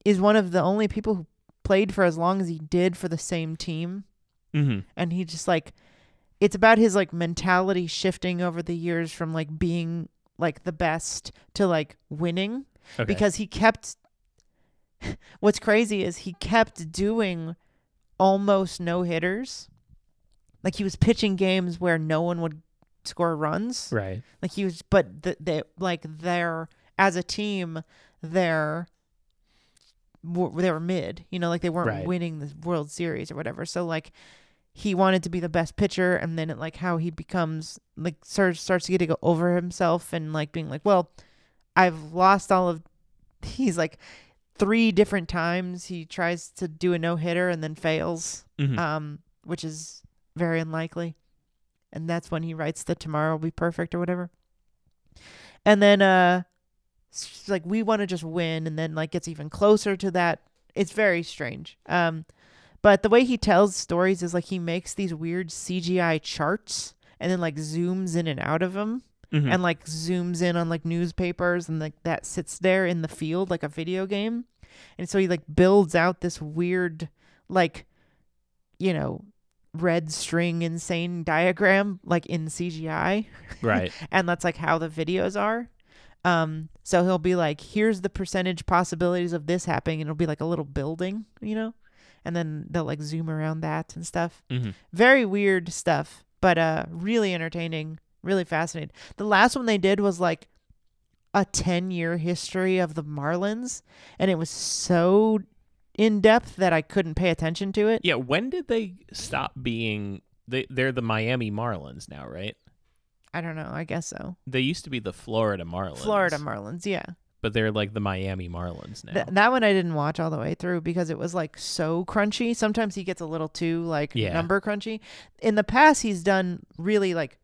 S4: is one of the only people who played for as long as he did for the same team
S5: hmm
S4: and he just like it's about his like mentality shifting over the years from like being like the best to like winning
S5: okay.
S4: because he kept what's crazy is he kept doing almost no hitters like he was pitching games where no one would score runs
S5: right.
S4: like he was, but th- they like they're as a team, they're w- they were mid. You know, like they weren't
S5: Right.
S4: winning the World Series or whatever. So like he wanted to be the best pitcher, and then it, like how he becomes like starts starts getting over himself and like being like, well, I've lost all of. He's like three different times he tries to do a no hitter and then fails,
S5: Mhm.
S4: um, which is very unlikely. And that's when he writes the tomorrow will be perfect or whatever. And then uh it's just like we want to just win and then like gets even closer to that. It's very strange. Um but the way he tells stories is like he makes these weird CGI charts and then like zooms in and out of them
S5: Mhm.
S4: and like zooms in on like newspapers and like that sits there in the field like a video game And so he like builds out this weird like you know red string insane diagram like in CGI
S5: Right.
S4: and that's like how the videos are. Um, so he'll be like, here's the percentage possibilities of this happening, and it'll be like a little building, you know, and then they'll like zoom around that and stuff.
S5: Mhm.
S4: Very weird stuff, but uh, really entertaining, really fascinating. The last one they did was like a 10 year history of the Marlins, and it was so in depth that I couldn't pay attention to it.
S5: Yeah. When did they stop being? They they're the Miami Marlins now, right?
S4: I don't know, I guess so.
S5: They used to be the Florida Marlins.
S4: Florida Marlins, yeah.
S5: but they're like the Miami Marlins now.
S4: Th- that one I didn't watch all the way through because it was like so crunchy. Sometimes he gets a little too like
S5: Yeah.
S4: number crunchy. In the past, he's done really like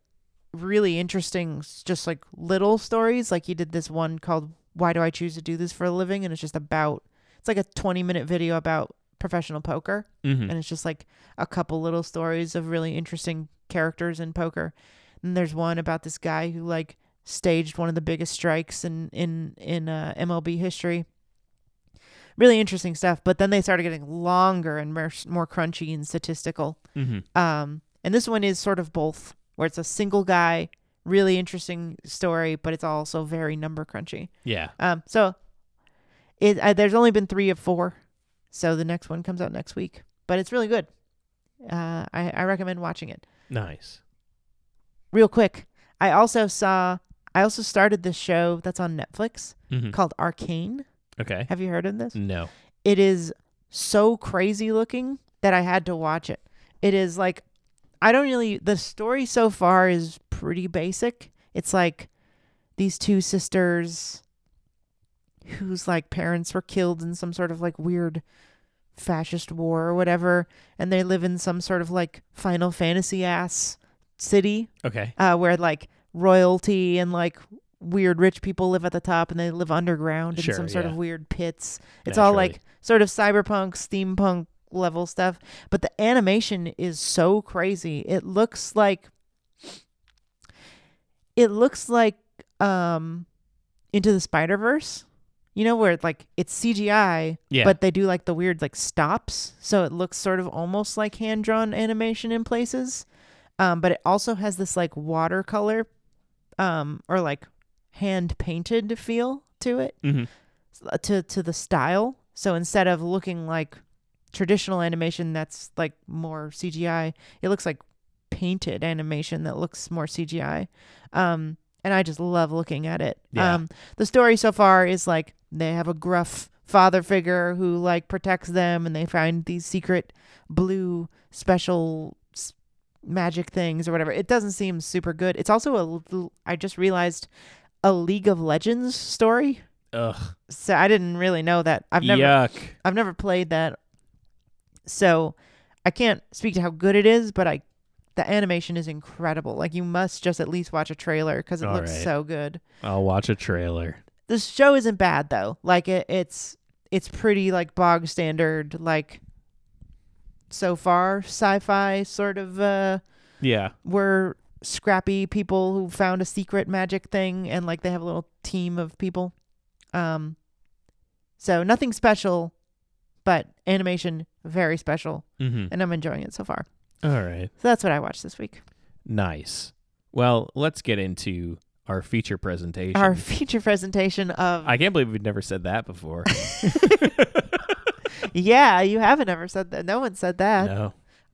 S4: really interesting, s- just like little stories. Like he did this one called "Why Do I Choose to Do This for a Living?" and it's just about it's like a twenty minute video about professional poker,
S5: Mhm.
S4: and it's just like a couple little stories of really interesting characters in poker. And there's one about this guy who like staged one of the biggest strikes in in in uh, MLB history really interesting stuff. But then they started getting longer and mer- more crunchy and statistical.
S5: Mm-hmm.
S4: Um, and this one is sort of both, where it's a single guy, really interesting story, but it's also very number crunchy.
S5: yeah.
S4: Um, so it uh, there's only been three of four, so the next one comes out next week. But it's really good. Uh, I, I recommend watching it
S5: Nice.
S4: real quick. I also saw. I also started this show that's on Netflix
S5: Mhm.
S4: called Arcane.
S5: Okay.
S4: Have you heard of this?
S5: No.
S4: it is so crazy looking that I had to watch it. It is like I don't really the story so far is pretty basic. It's like these two sisters whose like parents were killed in some sort of like weird fascist war or whatever and they live in some sort of like Final Fantasy ass city
S5: Okay.
S4: uh, where like royalty and like weird rich people live at the top and they live underground in
S5: Sure,
S4: some sort
S5: yeah.
S4: of weird pits. It's all
S5: Naturally.
S4: like sort of cyberpunk, steampunk level stuff. But the animation is so crazy. It looks like it looks like um into the Spider Verse. You know where like it's CGI,
S5: Yeah.
S4: but they do like the weird like stops, so it looks sort of almost like hand drawn animation in places. Um, but it also has this like watercolor, um, or like hand painted feel to it,
S5: Mhm.
S4: s- uh, to to the style. So instead of looking like traditional animation that's like more CGI, it looks like painted animation that looks more CGI. Um, and I just love looking at it.
S5: Yeah.
S4: Um, the story so far is like they have a gruff father figure who like protects them, and they find these secret blue special s- magic things or whatever. It doesn't seem super good. It's also a l- I just realized a League of Legends story.
S5: Ugh.
S4: So I didn't really know that. I've never
S5: Yuck.
S4: I've never played that. So I can't speak to how good it is, but I the animation is incredible. Like you must just at least watch a trailer because it
S5: All
S4: looks
S5: right.
S4: so good.
S5: I'll watch a trailer.
S4: The show isn't bad though. Like it, it's it's pretty like bog standard like so far sci-fi sort of uh
S5: Yeah.
S4: were scrappy people who found a secret magic thing and like they have a little team of people. Um so nothing special, but animation very special
S5: Mm-hmm.
S4: and I'm enjoying it so far.
S5: All right.
S4: So that's what I watched this week.
S5: Nice. Well, let's get into our feature presentation.
S4: Our feature presentation of
S5: I can't believe we've never said that before.
S4: Yeah, you haven't ever said that. No one said that.
S5: no.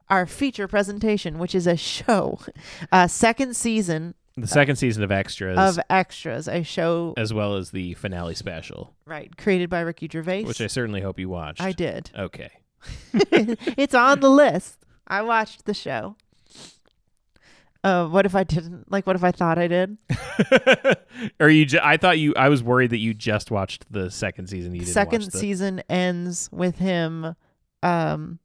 S4: Our feature presentation, which is a show. Uh second season
S5: The second season of Extras,
S4: of Extras, a show
S5: as well as the finale special,
S4: right created by Ricky Gervais.
S5: which I certainly hope you watched.
S4: I did.
S5: Okay.
S4: it's on the list. I watched the show. Uh, what if I didn't? Like, what if I thought I did?
S5: Or you? Ju- I thought you. I was worried that you just watched the second season. You didn't
S4: Second
S5: watch the-
S4: season ends with him. Um,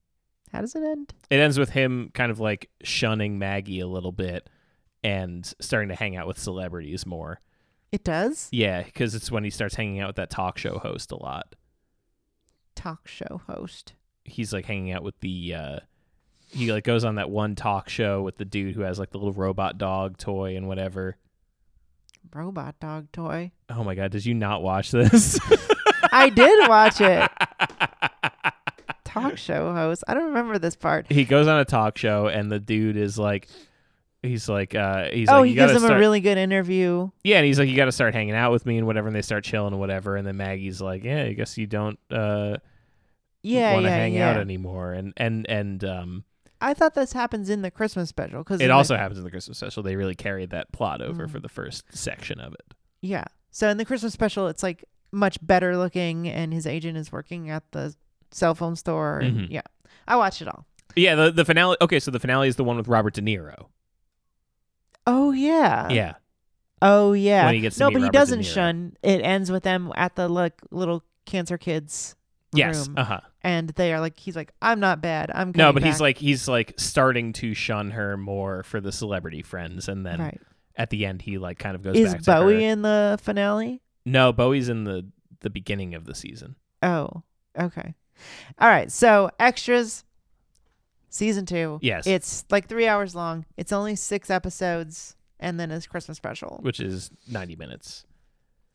S4: how does it end?
S5: It ends with him kind of like shunning Maggie a little bit and starting to hang out with celebrities more.
S4: It does
S5: Yeah, because it's when he starts hanging out with that talk show host a lot.
S4: talk show host.
S5: He's like hanging out with the. uh He like goes on that one talk show with the dude who has like the little robot dog toy and whatever.
S4: Robot dog toy.
S5: Oh my god, did you not watch this?
S4: I did watch it. Talk show host. I don't remember this part.
S5: He goes on a talk show, and the dude is like, he's like, uh, he's
S4: oh,
S5: like,
S4: he
S5: you
S4: gives
S5: gotta
S4: him
S5: start-
S4: a really good interview.
S5: yeah, and he's like, you got to start hanging out with me and whatever, and they start chilling and whatever, and then Maggie's like, yeah, I guess you don't uh,
S4: Yeah,
S5: want to
S4: yeah,
S5: hang
S4: yeah.
S5: out anymore, and and and um, I
S4: I thought this happens in the Christmas special because
S5: it also happens in the Christmas special. They really carried that plot
S4: Mm.
S5: over for the first section of it.
S4: yeah. So in the Christmas special, it's like much better looking, and his agent is working at the cell phone store. and-
S5: Mhm.
S4: Yeah, I watched it all.
S5: Yeah, the the finale. Okay, so the finale is the one with Robert De Niro.
S4: Oh yeah.
S5: yeah,
S4: Oh yeah.
S5: When he gets to
S4: no,
S5: meet
S4: but he
S5: Robert De
S4: doesn't
S5: Niro.
S4: shun. It ends with them at the like little cancer kids.
S5: Yes,
S4: Room,
S5: uh-huh.
S4: And they are like, he's like, I'm not bad. I'm
S5: no,
S4: coming
S5: but he's
S4: back."
S5: like he's like starting to shun her more for the celebrity friends, and then
S4: Right.
S5: at the end he like kind of goes
S4: is
S5: back
S4: Bowie
S5: to her.
S4: in the finale?
S5: No, Bowie's in the the beginning of the season.
S4: Oh, okay. All right. So extras, season two.
S5: Yes.
S4: It's like three hours long. It's only six episodes, and then it's Christmas special.
S5: which is 90 minutes.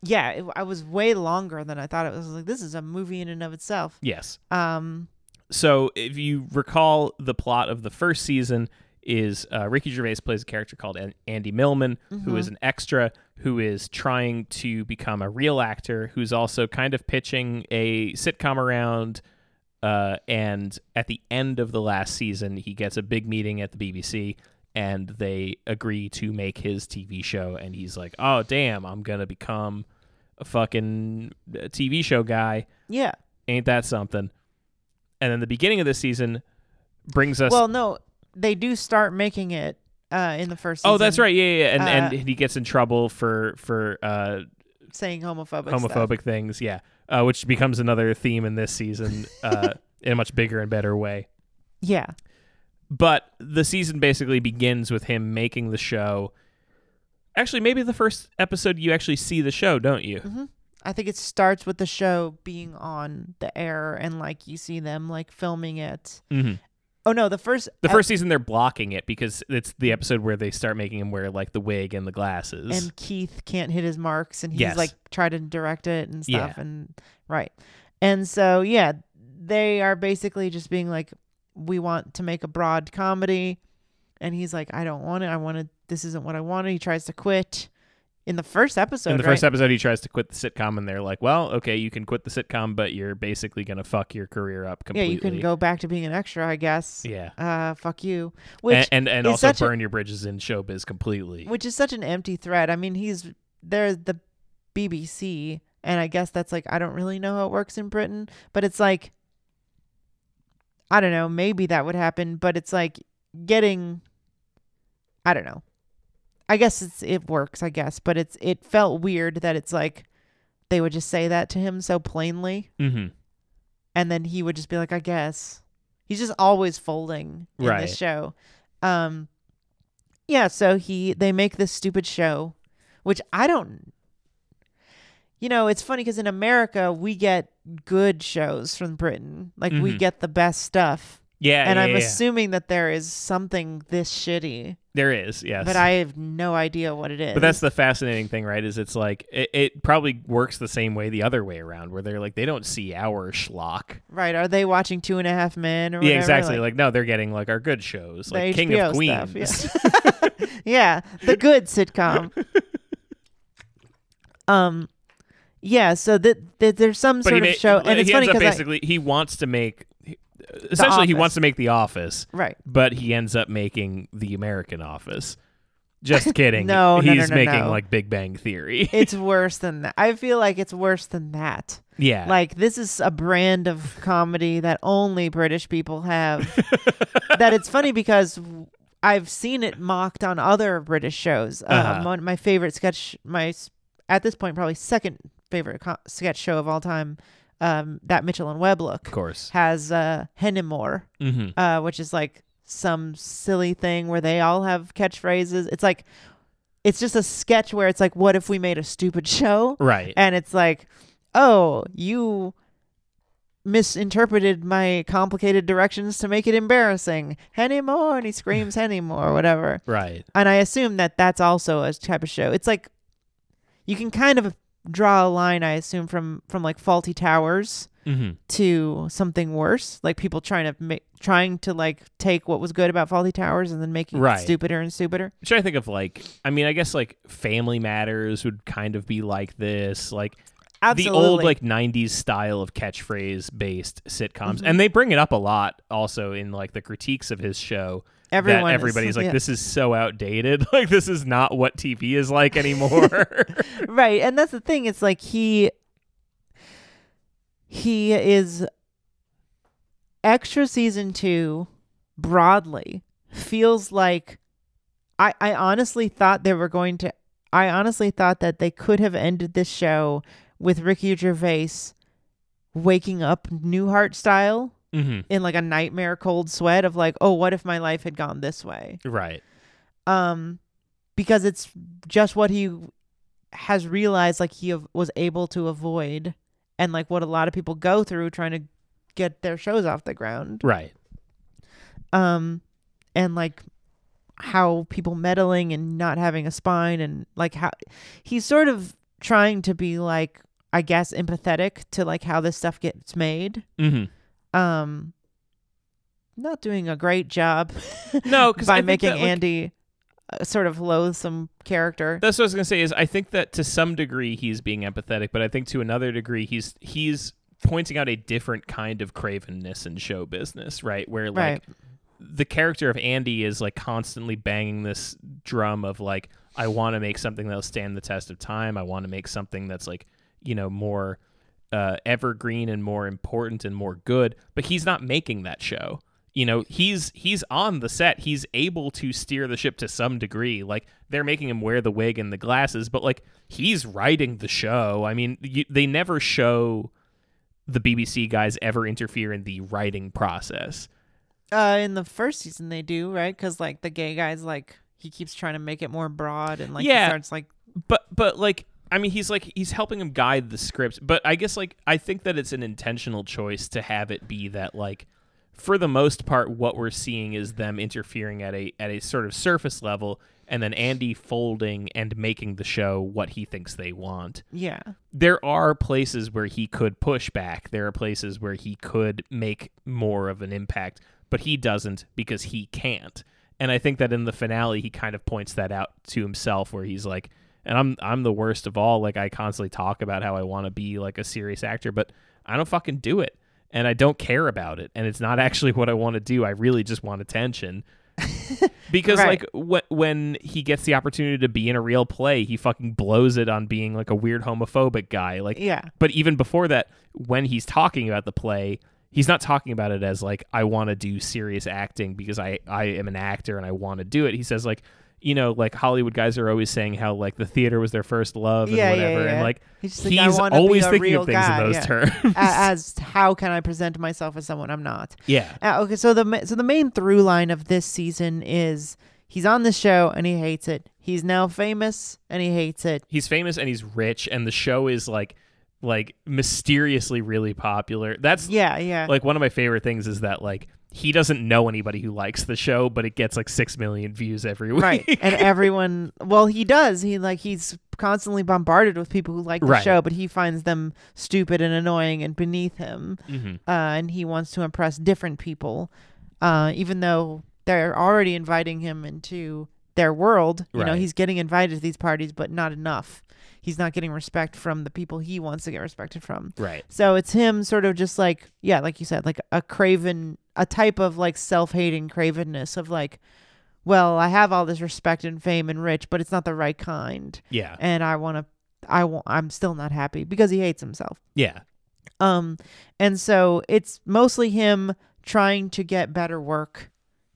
S4: Yeah, it, I was way longer than I thought it was. I was Like this is a movie in and of itself.
S5: Yes.
S4: Um.
S5: So if you recall, the plot of the first season is uh, Ricky Gervais plays a character called An- Andy Millman, who
S4: Mhm.
S5: is an extra who is trying to become a real actor, who's also kind of pitching a sitcom around. Uh, and at the end of the last season, he gets a big meeting at the BBC and they agree to make his TV show. And he's like, oh, damn, I'm going to become a fucking uh, TV show guy.
S4: Yeah.
S5: Ain't that something? And then the beginning of this season brings us.
S4: Well, no, they do start making it uh, in the first.
S5: oh, that's
S4: season,
S5: right. Yeah, yeah. yeah. And
S4: uh,
S5: and he gets in trouble for for uh,
S4: Saying homophobic. stuff.
S5: homophobic things. Yeah, uh, which becomes another theme in this season uh, in a much bigger and better way.
S4: Yeah.
S5: But the season basically begins with him making the show. Actually, maybe the first episode you actually see the show, don't you?
S4: Mm-hmm. I think it starts with the show being on the air and like you see them like filming it.
S5: Mhm.
S4: Oh no, the first
S5: The first season they're blocking it because it's the episode where they start making him wear like the wig and the glasses.
S4: and Keith can't hit his marks and he's
S5: Yes.
S4: like try to direct it and stuff
S5: Yeah.
S4: and right. And so yeah, they are basically just being like we want to make a broad comedy and he's like I don't want it. I want to this isn't what I wanted. He tries to quit in the first episode,
S5: in the
S4: right?
S5: first episode he tries to quit the sitcom and they're like well okay you can quit the sitcom but you're basically gonna fuck your career up
S4: yeah,
S5: completely
S4: you can go back to being an extra, I guess.
S5: Yeah.
S4: Uh fuck you.
S5: A-
S4: Which
S5: and and,
S4: is
S5: also
S4: such a-
S5: burn your bridges in showbiz completely
S4: which is such an empty thread. I mean, he's they're the BBC, and I guess that's like I don't really know how it works in Britain, but it's like I don't know, maybe that would happen, but it's like getting I don't know. I guess it's it works, I guess, but it's it felt weird that it's like they would just say that to him so plainly
S5: mm-hmm.
S4: and then he would just be like, I guess. He's just always folding in
S5: Right.
S4: this show. Um yeah, so he they make this stupid show, which I don't you know, it's funny because in America we get good shows from Britain. Like we
S5: Mhm.
S4: get the best stuff.
S5: yeah
S4: and
S5: yeah,
S4: I'm
S5: yeah.
S4: assuming that there is something this shitty,
S5: there is yes
S4: but I have no idea what it is.
S5: but that's the fascinating thing right is it's like it, it probably works the same way the other way around where they're like they don't see our schlock
S4: right. Are they watching Two and a Half Men or
S5: yeah
S4: whatever?
S5: exactly like, no they're getting like our good shows like king of
S4: HBO
S5: queens
S4: stuff, yeah. yeah, the good sitcom. um, yeah. So that th- there's some
S5: but
S4: sort
S5: he
S4: of
S5: ma-
S4: show, and it's
S5: he
S4: funny
S5: ends up
S4: because
S5: basically he wants to make essentially he
S4: Office.
S5: wants to make the office
S4: right.
S5: but he ends up making the American Office. Just kidding.
S4: No, no, no,
S5: he's
S4: no,
S5: making
S4: no.
S5: like Big Bang Theory.
S4: It's worse than that. I feel like it's worse than that.
S5: yeah,
S4: Like this is a brand of comedy that only British people have. that it's funny because I've seen it mocked on other British shows. Uh,
S5: Uh-huh.
S4: One my favorite sketch, my s- at this point probably second favorite co- sketch show of all time. Um, that Mitchell and Webb look
S5: of course.
S4: has uh, Hennemore,
S5: hmm
S4: uh, which is like some silly thing where they all have catchphrases. It's like it's just a sketch where it's like, what if we made a stupid show?
S5: Right.
S4: and it's like, oh, you misinterpreted my complicated directions to make it embarrassing. Henny more, and he screams Henny more, whatever.
S5: right.
S4: And I assume that that's also a type of show. It's like you can kind of draw a line, I assume, from from like faulty towers
S5: Mm-hmm.
S4: to something worse, like people trying to make trying to like take what was good about faulty towers and then making
S5: Right.
S4: it stupider and stupider.
S5: I'm trying to think of like, I mean, I guess like Family Matters would kind of be like this, like
S4: Absolutely.
S5: the old like '90s style of catchphrase based sitcoms,
S4: Mm-hmm.
S5: and they bring it up a lot also in like the critiques of his show.
S4: Everyone
S5: that
S4: is-
S5: everybody's like,
S4: yeah.
S5: this is so outdated. Like, this is not what TV is like anymore.
S4: right and that's the thing it's like he he is extra season two broadly feels like i i honestly thought they were going to i honestly thought that they could have ended this show with ricky gervais waking up newhart style
S5: Mhm.
S4: in like a nightmare cold sweat of like oh what if my life had gone this way
S5: Right.
S4: um because it's just what he has realized like he av- was able to avoid and like what a lot of people go through trying to get their shows off the ground
S5: Right.
S4: um and like how people meddling and not having a spine and like how he's sort of trying to be like i guess empathetic to like how this stuff gets made
S5: hmm
S4: um not doing a great job
S5: No, because
S4: by making Andy a sort of loathsome character.
S5: That's what I was gonna say. Is I think that to some degree he's being empathetic, but I think to another degree he's he's pointing out a different kind of cravenness in show business, right? Where like
S4: Right.
S5: the character of Andy is like constantly banging this drum of like I want to make something that'll stand the test of time. I want to make something that's like you know more uh, evergreen and more important and more good. But he's not making that show. You know, he's he's on the set. He's able to steer the ship to some degree. Like they're making him wear the wig and the glasses, but like he's writing the show. I mean, you, they never show the BBC guys ever interfere in the writing process.
S4: Uh, in the first season, they do right because like the gay guy's like he keeps trying to make it more broad and like
S5: Yeah.
S4: he starts like
S5: but but like I mean he's like he's helping him guide the script, but I guess like I think that it's an intentional choice to have it be that like for the most part what we're seeing is them interfering at a at a sort of surface level and then Andy folding and making the show what he thinks they want
S4: yeah
S5: there are places where he could push back. There are places where he could make more of an impact, but he doesn't because he can't. And I think that in the finale he kind of points that out to himself where he's like, and I'm I'm the worst of all. Like I constantly talk about how I want to be like a serious actor, but I don't fucking do it. And I don't care about it. And it's not actually what I want to do. I really just want attention. Because
S4: Right.
S5: like wh- when he gets the opportunity to be in a real play, he fucking blows it on being like a weird homophobic guy. Like
S4: Yeah.
S5: But even before that, when he's talking about the play, he's not talking about it as like I want to do serious acting because I I am an actor and I want to do it. He says like you know like Hollywood guys are always saying how like the theater was their first love and
S4: Yeah, yeah,
S5: whatever and
S4: yeah.
S5: like
S4: He's
S5: he's,
S4: just like, "I wanna be
S5: always
S4: a
S5: thinking
S4: real
S5: of things
S4: guy,"
S5: in those
S4: yeah.
S5: terms.
S4: a- as to how can I present myself as someone I'm not.
S5: yeah.
S4: Uh, okay, so the ma- so the main through line of this season is he's on the show and he hates it. He's now famous and he hates it.
S5: he's famous and he's rich and the show is like like mysteriously really popular that's
S4: Yeah, yeah.
S5: like one of my favorite things is that like he doesn't know anybody who likes the show but it gets like 6 million views every week
S4: right and everyone well he does he like he's constantly bombarded with people who like the
S5: Right.
S4: show but he finds them stupid and annoying and beneath him
S5: Mm-hmm.
S4: uh, and he wants to impress different people uh, even though they're already inviting him into their world you know
S5: Right.
S4: he's getting invited to these parties but not enough he's not getting respect from the people he wants to get respected from
S5: right
S4: so it's him sort of just like, yeah, like you said, like a craven, a type of like self hating cravenness of like, well, I have all this respect and fame and rich, but it's not the right kind.
S5: yeah
S4: And I want to, I want, I'm still not happy because he hates himself.
S5: yeah
S4: Um, and so it's mostly him trying to get better work,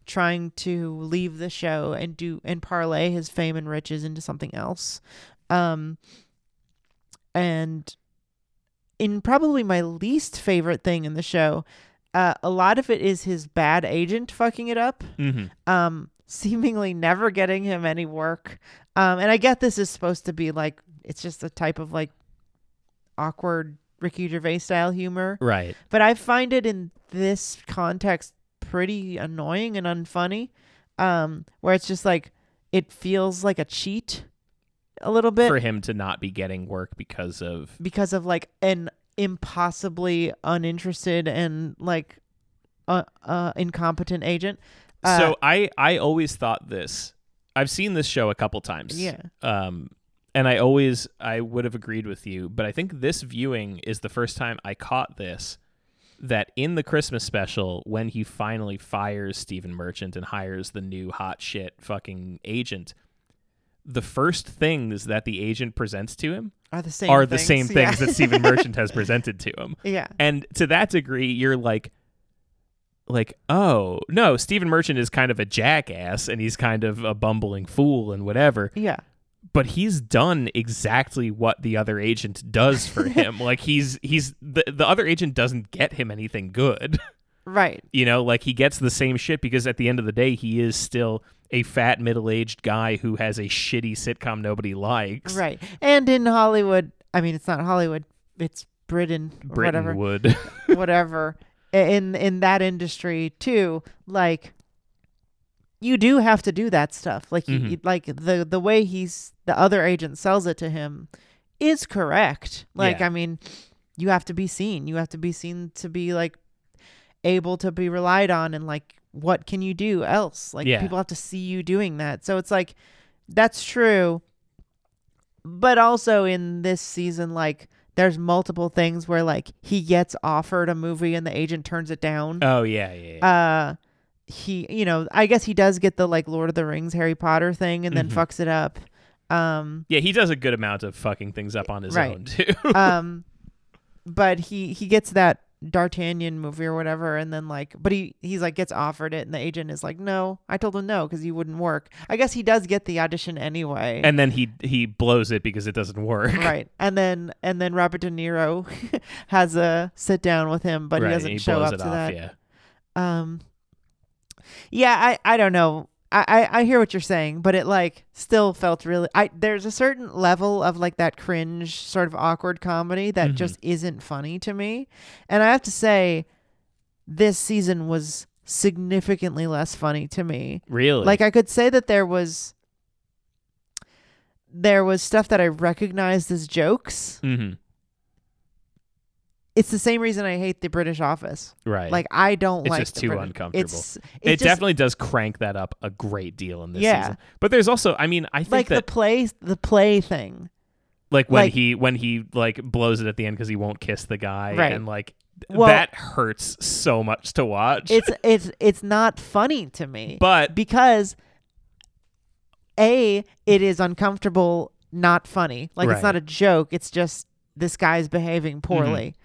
S4: trying to leave the show and do and parlay his fame and riches into something else. Um, and in probably my least favorite thing in the show, uh, a lot of it is his bad agent fucking it up
S5: hmm
S4: um, seemingly never getting him any work. Um, and I get this is supposed to be like it's just a type of like awkward Ricky Gervais style humor,
S5: right
S4: but I find it in this context pretty annoying and unfunny. Um, where it's just like it feels like a cheat a little bit
S5: for him to not be getting work because of
S4: because of like an impossibly uninterested and like uh, uh incompetent agent. Uh,
S5: so I I always thought this. I've seen this show a couple times.
S4: Yeah.
S5: Um, and I always I would have agreed with you, but I think this viewing is the first time I caught this. That in the Christmas special, when he finally fires Stephen Merchant and hires the new hot shit fucking agent, the first things that the agent presents to him
S4: are the same
S5: are the
S4: things,
S5: same
S4: yeah.
S5: things that Stephen Merchant has presented to him.
S4: yeah.
S5: And to that degree, you're like, like, oh no, Stephen Merchant is kind of a jackass and he's kind of a bumbling fool and whatever.
S4: Yeah.
S5: But he's done exactly what the other agent does for him. like he's he's the the other agent doesn't get him anything good.
S4: Right.
S5: You know, like he gets the same shit because at the end of the day, he is still a fat middle aged guy who has a shitty sitcom nobody likes.
S4: Right. And in Hollywood, I mean, it's not Hollywood, it's Britain, or
S5: Britain
S4: whatever,
S5: would.
S4: whatever. In in that industry too, like you do have to do that stuff. Like
S5: Mm-hmm.
S4: you, you- like the the way he's the other agent sells it to him is correct. Like
S5: Yeah.
S4: I mean, you have to be seen. You have to be seen to be like able to be relied on and like what can you do else? Like
S5: Yeah.
S4: people have to see you doing that. So it's like that's true. But also in this season like there's multiple things where like he gets offered a movie and the agent turns it down.
S5: oh yeah, yeah. yeah.
S4: Uh he, you know, I guess he does get the like Lord of the Rings Harry Potter thing and then fucks it up. Um
S5: Yeah, he does a good amount of fucking things up on his
S4: Right.
S5: own too.
S4: um but he he gets that d'artagnan movie or whatever and then like but he he's like gets offered it and the agent is like no i told him no because you wouldn't work i guess he does get the audition anyway
S5: and then he he blows it because it doesn't work.
S4: right and then and then robert de niro has a sit down with him but he doesn't show
S5: blows
S4: up
S5: it
S4: to
S5: off,
S4: that
S5: Yeah.
S4: um yeah i i don't know I, I i hear what you're saying but it like still felt really i there's a certain level of like that cringe sort of awkward comedy
S5: Mm-hmm.
S4: that just isn't funny to me and i have to say this season was significantly less funny to me
S5: Really?
S4: like i could say that there was there was stuff that i recognized as jokes
S5: Mhm.
S4: it's the same reason i hate the british office
S5: Right.
S4: like i don't
S5: It's
S4: like
S5: just
S4: the
S5: too
S4: British-
S5: uncomfortable.
S4: it's,
S5: it,
S4: it's just-
S5: definitely does crank that up a great deal in this
S4: Yeah.
S5: season. But there's also, I mean, I think
S4: like
S5: that
S4: the play the play thing
S5: like when
S4: like-
S5: he when he like blows it at the end because he won't kiss the guy
S4: Right.
S5: and like th-
S4: Well-
S5: that hurts so much to watch.
S4: it's it's it's not funny to me
S5: But-
S4: because a it is uncomfortable not funny like it's not
S5: Right. Mm-hmm.
S4: a joke it's just this guy's behaving poorly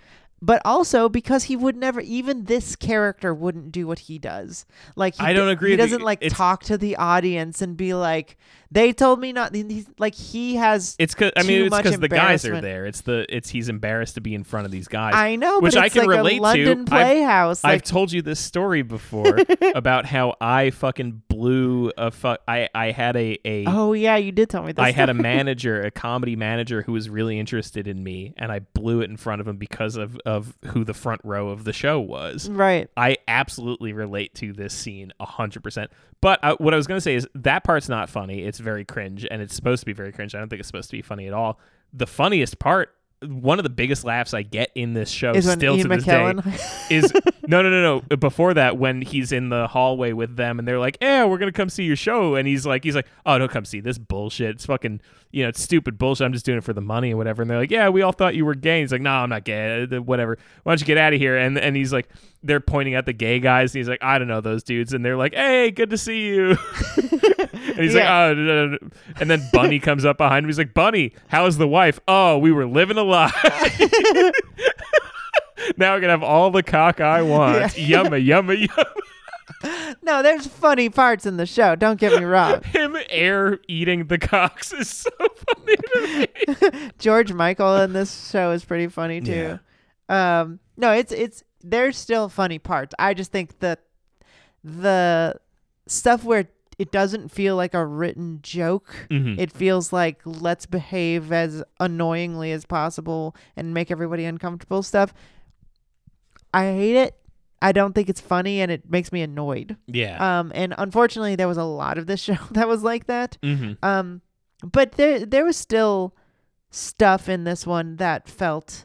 S4: but also because he would never even this character wouldn't do what he does like he
S5: I don't
S4: d-
S5: agree
S4: he
S5: with you.
S4: doesn't like
S5: It's-
S4: talk to the audience and be like they told me not he's, like he has
S5: it's cause, I mean
S4: too
S5: it's
S4: much
S5: because the guys are
S4: embarrassment.
S5: there. It's the it's he's embarrassed to be in front of these guys.
S4: I know,
S5: which
S4: but
S5: I
S4: it's
S5: can
S4: like
S5: relate
S4: a London
S5: to. I've-
S4: playhouse.
S5: I've
S4: like,
S5: told you this story before about how I fucking blew a fuck. I I had a a I
S4: oh yeah, you did tell me this.
S5: had a manager, a comedy manager who was really interested in me, and I blew it in front of him because of of who the front row of the show was.
S4: right.
S5: I absolutely relate to this scene 100%. But uh, what I was going to say is that part's not funny. It's very cringe and it's supposed to be very cringe. I don't think it's supposed to be funny at all. The funniest part, one of the biggest laughs I get in this show
S4: Is when
S5: still
S4: Ian
S5: to this
S4: McKellen-
S5: day is no, no, no, no. Before that, when he's in the hallway with them and they're like, "Yeah, we're going to come see your show." And he's like, he's like, "Oh, don't come see this bullshit. It's fucking, you know, it's stupid bullshit. I'm just doing it for the money and whatever." And they're like, "Yeah, we all thought you were gay." He's like, "No, I'm not gay. Uh, Whatever. Why don't you get out of here?" And and he's like, they're pointing at the gay guys and he's like, "I don't know those dudes." And they're like, "Hey, good to see you." And he's
S4: Yeah.
S5: like, oh, no, no, no." and then Bunny comes up behind him. He's like, Bunny, how's the wife? Oh, we were living a lie. now I can have all the cock I want. Yumma, yumma, yumma.
S4: No, there's funny parts in the show. Don't get me wrong.
S5: Him air eating the cocks is so funny to me.
S4: George Michael in this show is pretty funny too. Um, no, it's it's there's still funny parts. I just think that the stuff where it doesn't feel like a written joke. It feels like let's behave as annoyingly as possible and make everybody uncomfortable stuff. I hate it. I don't think it's funny and it makes me annoyed.
S5: Yeah. Mm-hmm.
S4: Um, and unfortunately, there was a lot of this show that was like that. Um, But there there was still stuff in this one that felt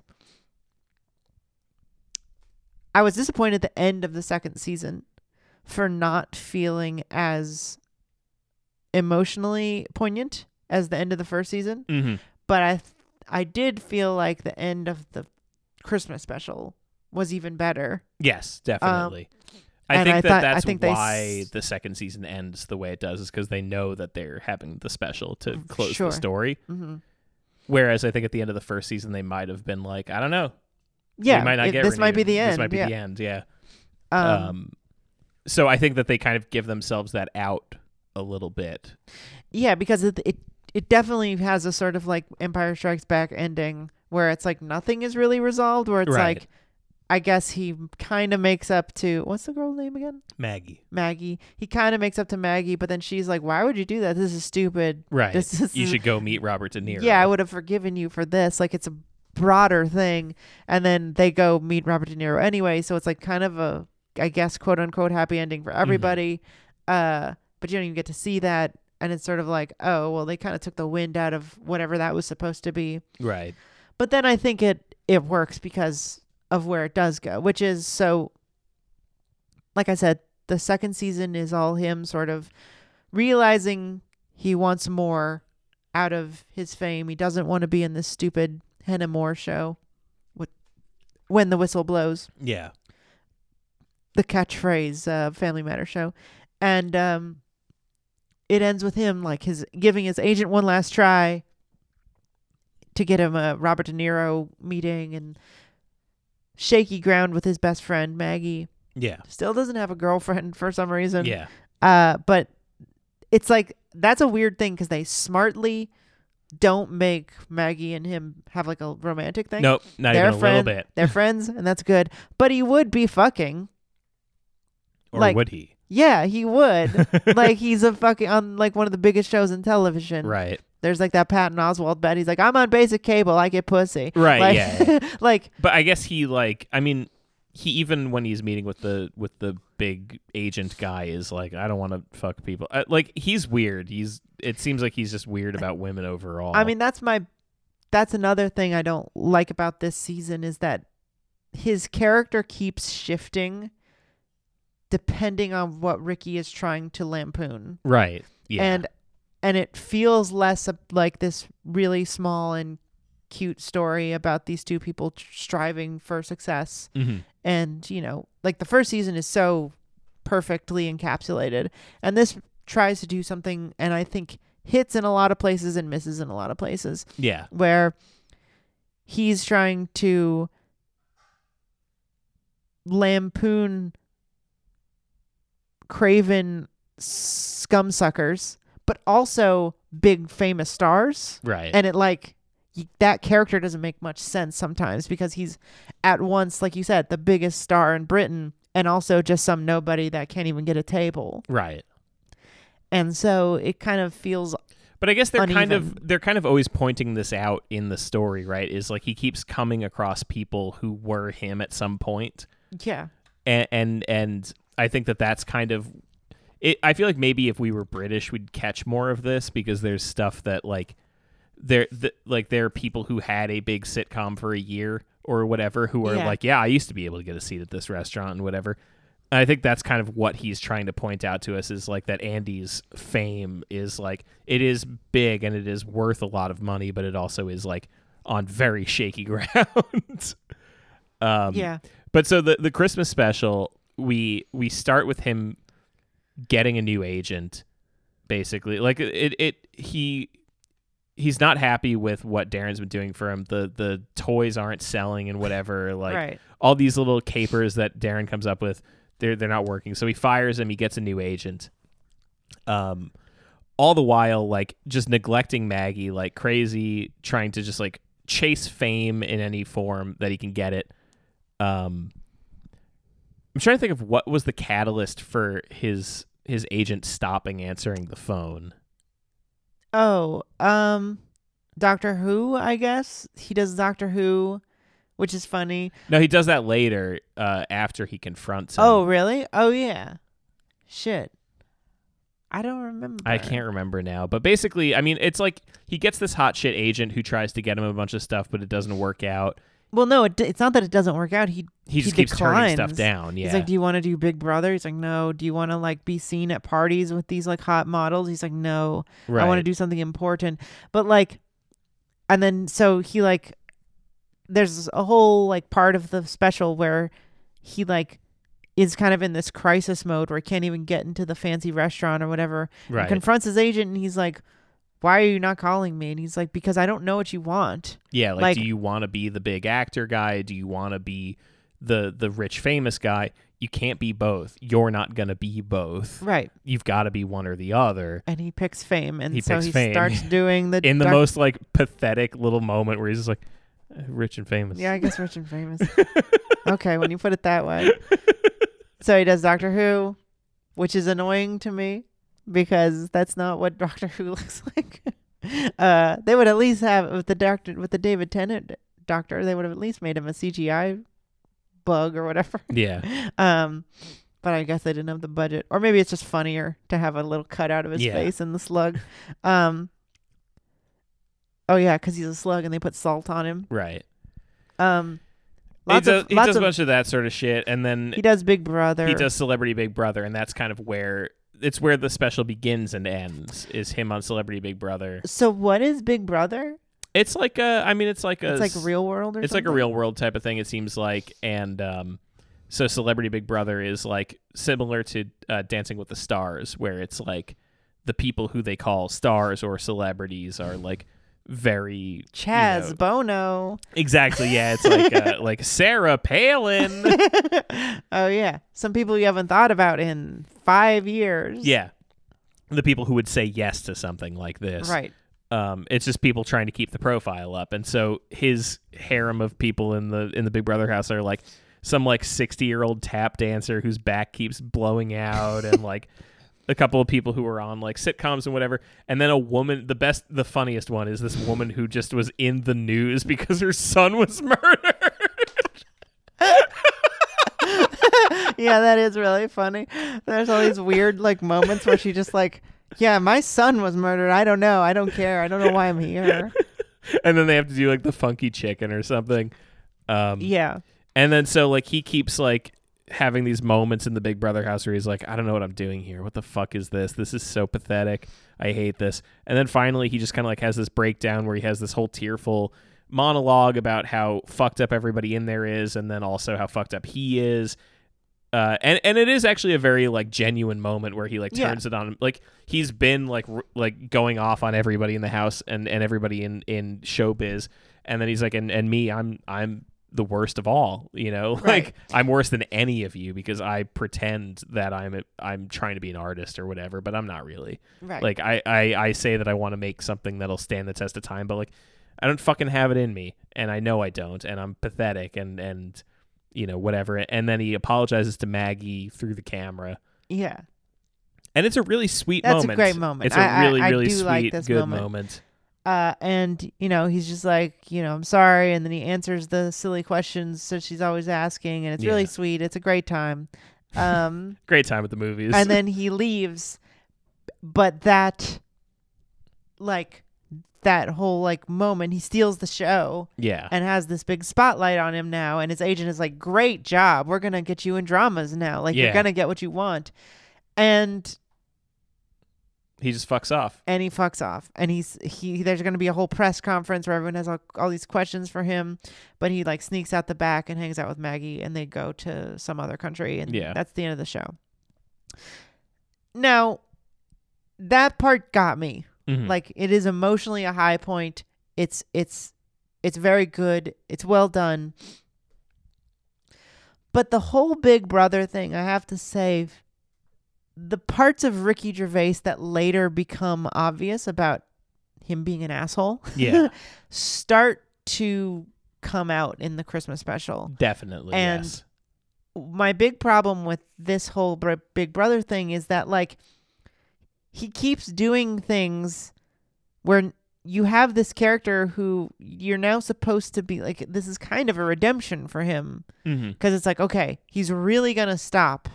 S4: I was disappointed at the end of the second season for not feeling as emotionally poignant as the end of the first season,
S5: Mm-hmm.
S4: but I th- I did feel like the end of the Christmas special was even better.
S5: Yes, definitely. I
S4: um, and
S5: think
S4: I
S5: that
S4: thought- I
S5: that's
S4: think they
S5: why
S4: s-
S5: the second season ends the way it does, is because they know that they're having the special to close
S4: Mm, sure.
S5: the story.
S4: Mm-hmm.
S5: Whereas I think at the end of the first season, they might have been like, I don't know,
S4: Yeah,
S5: we might not
S4: it-
S5: get
S4: this might be
S5: renewed.
S4: the end.
S5: This might be
S4: yeah.
S5: the end. Yeah.
S4: Um,
S5: um, so I think that they kind of give themselves that out a little bit.
S4: yeah, because it, it it definitely has a sort of like Empire Strikes Back ending where it's like nothing is really resolved. Where it's
S5: Right.
S4: like, I guess he kind of makes up to what's the girl's name again?
S5: Maggie.
S4: Maggie. He kind of makes up to Maggie, but then she's like, "Why would you do that? This is stupid.
S5: Right.
S4: This is
S5: you should go meet Robert De Niro.
S4: Mm. yeah, I would have forgiven you for this. Like it's a broader thing. And then they go meet Robert De Niro anyway, so it's like kind of a I guess quote unquote happy ending for everybody. Uh but you don't even get to see that. And it's sort of like, oh well they kind of took the wind out of whatever that was supposed to be.
S5: Right.
S4: But then I think it it works because of where it does go, which is so like I said, the second season is all him sort of realizing he wants more out of his fame. He doesn't want to be in this stupid Hannah Moore show with when the whistle blows,
S5: Yeah.
S4: the catchphrase uh, Family Matter show. And um it ends with him like his giving his agent one last try to get him a Robert De Niro meeting and shaky ground with his best friend Maggie.
S5: Yeah.
S4: Still doesn't have a girlfriend for some reason.
S5: Yeah.
S4: Uh, but it's like that's a weird thing because they smartly don't make Maggie and him have like a romantic thing.
S5: Nope. Not
S4: they're
S5: even a
S4: friend,
S5: little bit.
S4: They're friends, and that's good. But he would be fucking.
S5: Or
S4: like-
S5: would he?
S4: Yeah, he would. like he's a fucking on like one of the biggest shows in television.
S5: Right.
S4: There's like that Patton Oswald bet. He's like, I'm on basic cable. I get pussy.
S5: Right,
S4: Like,
S5: yeah,
S4: like
S5: But I guess he like I mean he even when he's meeting with the with the big agent guy is like I don't want to fuck people. Uh, like he's weird. He's it seems like he's just weird about women overall.
S4: I mean, that's my that's another thing I don't like about this season is that his character keeps shifting depending on what Ricky is trying to lampoon.
S5: right. Yeah.
S4: And and it feels less ab- like this really small and cute story about these two people tr- striving for success
S5: Mhm.
S4: and you know like the first season is so perfectly encapsulated and this tries to do something and i think hits in a lot of places and misses in a lot of places
S5: yeah.
S4: where he's trying to lampoon craven scum suckers but also big famous stars
S5: Right.
S4: and it like y- that character doesn't make much sense sometimes because he's at once like you said the biggest star in britain and also just some nobody that can't even get a table
S5: right.
S4: and so it kind of feels
S5: But I guess they're kind
S4: uneven.
S5: of they're kind of always pointing this out in the story, right? Is like he keeps coming across people who were him at some point.
S4: yeah
S5: and and and I think that that's kind of it. I feel like maybe if we were British, we'd catch more of this because there's stuff that like there th- like there are people who had a big sitcom for a year or whatever who are
S4: Yeah.
S5: like, yeah, I used to be able to get a seat at this restaurant and whatever. And I think that's kind of what he's trying to point out to us is like that Andy's fame is like it is big and it is worth a lot of money, but it also is like on very shaky ground. um,
S4: yeah
S5: but so the the Christmas special, we we start with him getting a new agent, basically. Like it it he he's not happy with what Darren's been doing for him. The the toys aren't selling and whatever. Like
S4: Right.
S5: all these little capers that Darren comes up with, they're they're not working. So he fires him. He gets a new agent. Um, all the while like just neglecting Maggie like crazy, trying to just like chase fame in any form that he can get it. Um, I'm trying to think of what was the catalyst for his his agent stopping answering the phone.
S4: oh um doctor who i guess he does doctor who which is funny
S5: No, he does that later uh, after he confronts him.
S4: oh really oh yeah shit I don't remember.
S5: I can't remember now, but basically, I mean, it's like he gets this hot shit agent who tries to get him a bunch of stuff, but it doesn't work out.
S4: Well, no, it, it's not that it doesn't work out. He
S5: He just keeps turning stuff
S4: declines.
S5: down,
S4: He's
S5: yeah.
S4: like, "Do you want to do Big Brother?" He's like, "No." "Do you want to like be seen at parties with these like hot models?" He's like, "No." "I want to
S5: Right.
S4: do something important." But like and then so he like there's a whole like part of the special where he like is kind of in this crisis mode where he can't even get into the fancy restaurant or whatever. and
S5: Right.
S4: confronts his agent and he's like, "Why are you not calling me?" And he's like, "Because I don't know what you want."
S5: Yeah, like,
S4: Like-
S5: do you want to be the big actor guy? Do you want to be the the rich famous guy? You can't be both. You're not gonna be both.
S4: Right.
S5: You've got to be one or the other.
S4: and he picks fame and
S5: He
S4: so
S5: picks
S4: he
S5: fame.
S4: starts doing the
S5: In the
S4: doc-
S5: most like pathetic little moment where he's just like eh, rich and famous.
S4: yeah i guess rich and famous okay when you put it that way so he does doctor who which is annoying to me because that's not what doctor who looks like uh they would at least have with the doctor with the david tennant doctor they would have at least made him a cgi bug or whatever
S5: Yeah.
S4: um but i guess they didn't have the budget or maybe it's just funnier to have a little cut out of his
S5: Yeah.
S4: face in the slug um oh yeah because he's a slug and they put salt on him
S5: Right.
S4: um
S5: He
S4: lots
S5: does,
S4: of
S5: he
S4: lots
S5: does
S4: of
S5: a bunch of that sort of shit, and then
S4: he does big brother
S5: he does Celebrity Big Brother, and that's kind of where it's where the special begins and ends is him on Celebrity Big Brother.
S4: so what is big brother
S5: It's like a, I mean, it's like a,
S4: it's like real world or
S5: it's like a real world type of thing. It seems like, and um, so Celebrity Big Brother is like similar to uh, Dancing with the Stars, where it's like the people who they call stars or celebrities are like very you
S4: chaz
S5: know-
S4: bono
S5: exactly yeah it's like uh, like sarah palin
S4: oh yeah some people you haven't thought about in five years
S5: Yeah. The people who would say yes to something like this.
S4: right
S5: Um, it's just people trying to keep the profile up. And so his harem of people in the in the Big Brother house are like some like 60-year-old tap dancer whose back keeps blowing out and like a couple of people who were on like sitcoms and whatever. And then a woman, the best the funniest one is this woman who just was in the news because her son was murdered.
S4: yeah, that is really funny. There's all these weird like moments where she just like, yeah, my son was murdered. I don't know. I don't care. I don't know why I'm here.
S5: and then they have to do like the funky chicken or something. Um
S4: Yeah.
S5: And then so like he keeps like having these moments in the Big Brother house where he's like, I don't know what I'm doing here. What the fuck is this? This is so pathetic. I hate this. And then finally he just kind of like has this breakdown where he has this whole tearful monologue about how fucked up everybody in there is and then also how fucked up he is. Uh, and and it is actually a very like genuine moment where he like
S4: Yeah.
S5: turns it on like he's been like r- like going off on everybody in the house and and everybody in in showbiz and then he's like and and me I'm I'm the worst of all you know like I'm worse than any of you because I pretend that I'm a, I'm trying to be an artist or whatever but I'm not really
S4: Right.
S5: like I I I say that I want to make something that'll stand the test of time but like I don't fucking have it in me and I know I don't and I'm pathetic and and you know whatever and then he apologizes to Maggie through the camera
S4: yeah.
S5: and it's a really sweet
S4: That's a
S5: moment.
S4: great moment.
S5: It's a
S4: I- I-
S5: really,
S4: I
S5: really
S4: do
S5: sweet,
S4: like this
S5: good moment.
S4: moment. Uh, and you know, he's just like, you know, I'm sorry, and then he answers the silly questions that she's always asking, and it's really
S5: Yeah.
S4: sweet. It's a great time. Um,
S5: Great time at the movies.
S4: and then he leaves, but that, like, that whole like moment, he steals the show.
S5: yeah,
S4: and has this big spotlight on him now and his agent is like great job we're gonna get you in dramas now like
S5: Yeah.
S4: you're gonna get what you want and
S5: he just fucks off.
S4: and he fucks off and he's he there's gonna be a whole press conference where everyone has all, all these questions for him but he like sneaks out the back and hangs out with maggie and they go to some other country and
S5: Yeah.
S4: that's the end of the show now that part got me
S5: Mhm.
S4: like it is emotionally a high point it's it's it's very good it's well done but the whole big brother thing i have to say the parts of ricky gervais that later become obvious about him being an asshole
S5: Yeah.
S4: start to come out in the christmas special
S5: Definitely.
S4: And-
S5: yes.
S4: my big problem with this whole br- Big Brother thing is that like he keeps doing things where n- you have this character who you're now supposed to be like this is kind of a redemption for him
S5: Mhm.
S4: because it's like okay he's really gonna stop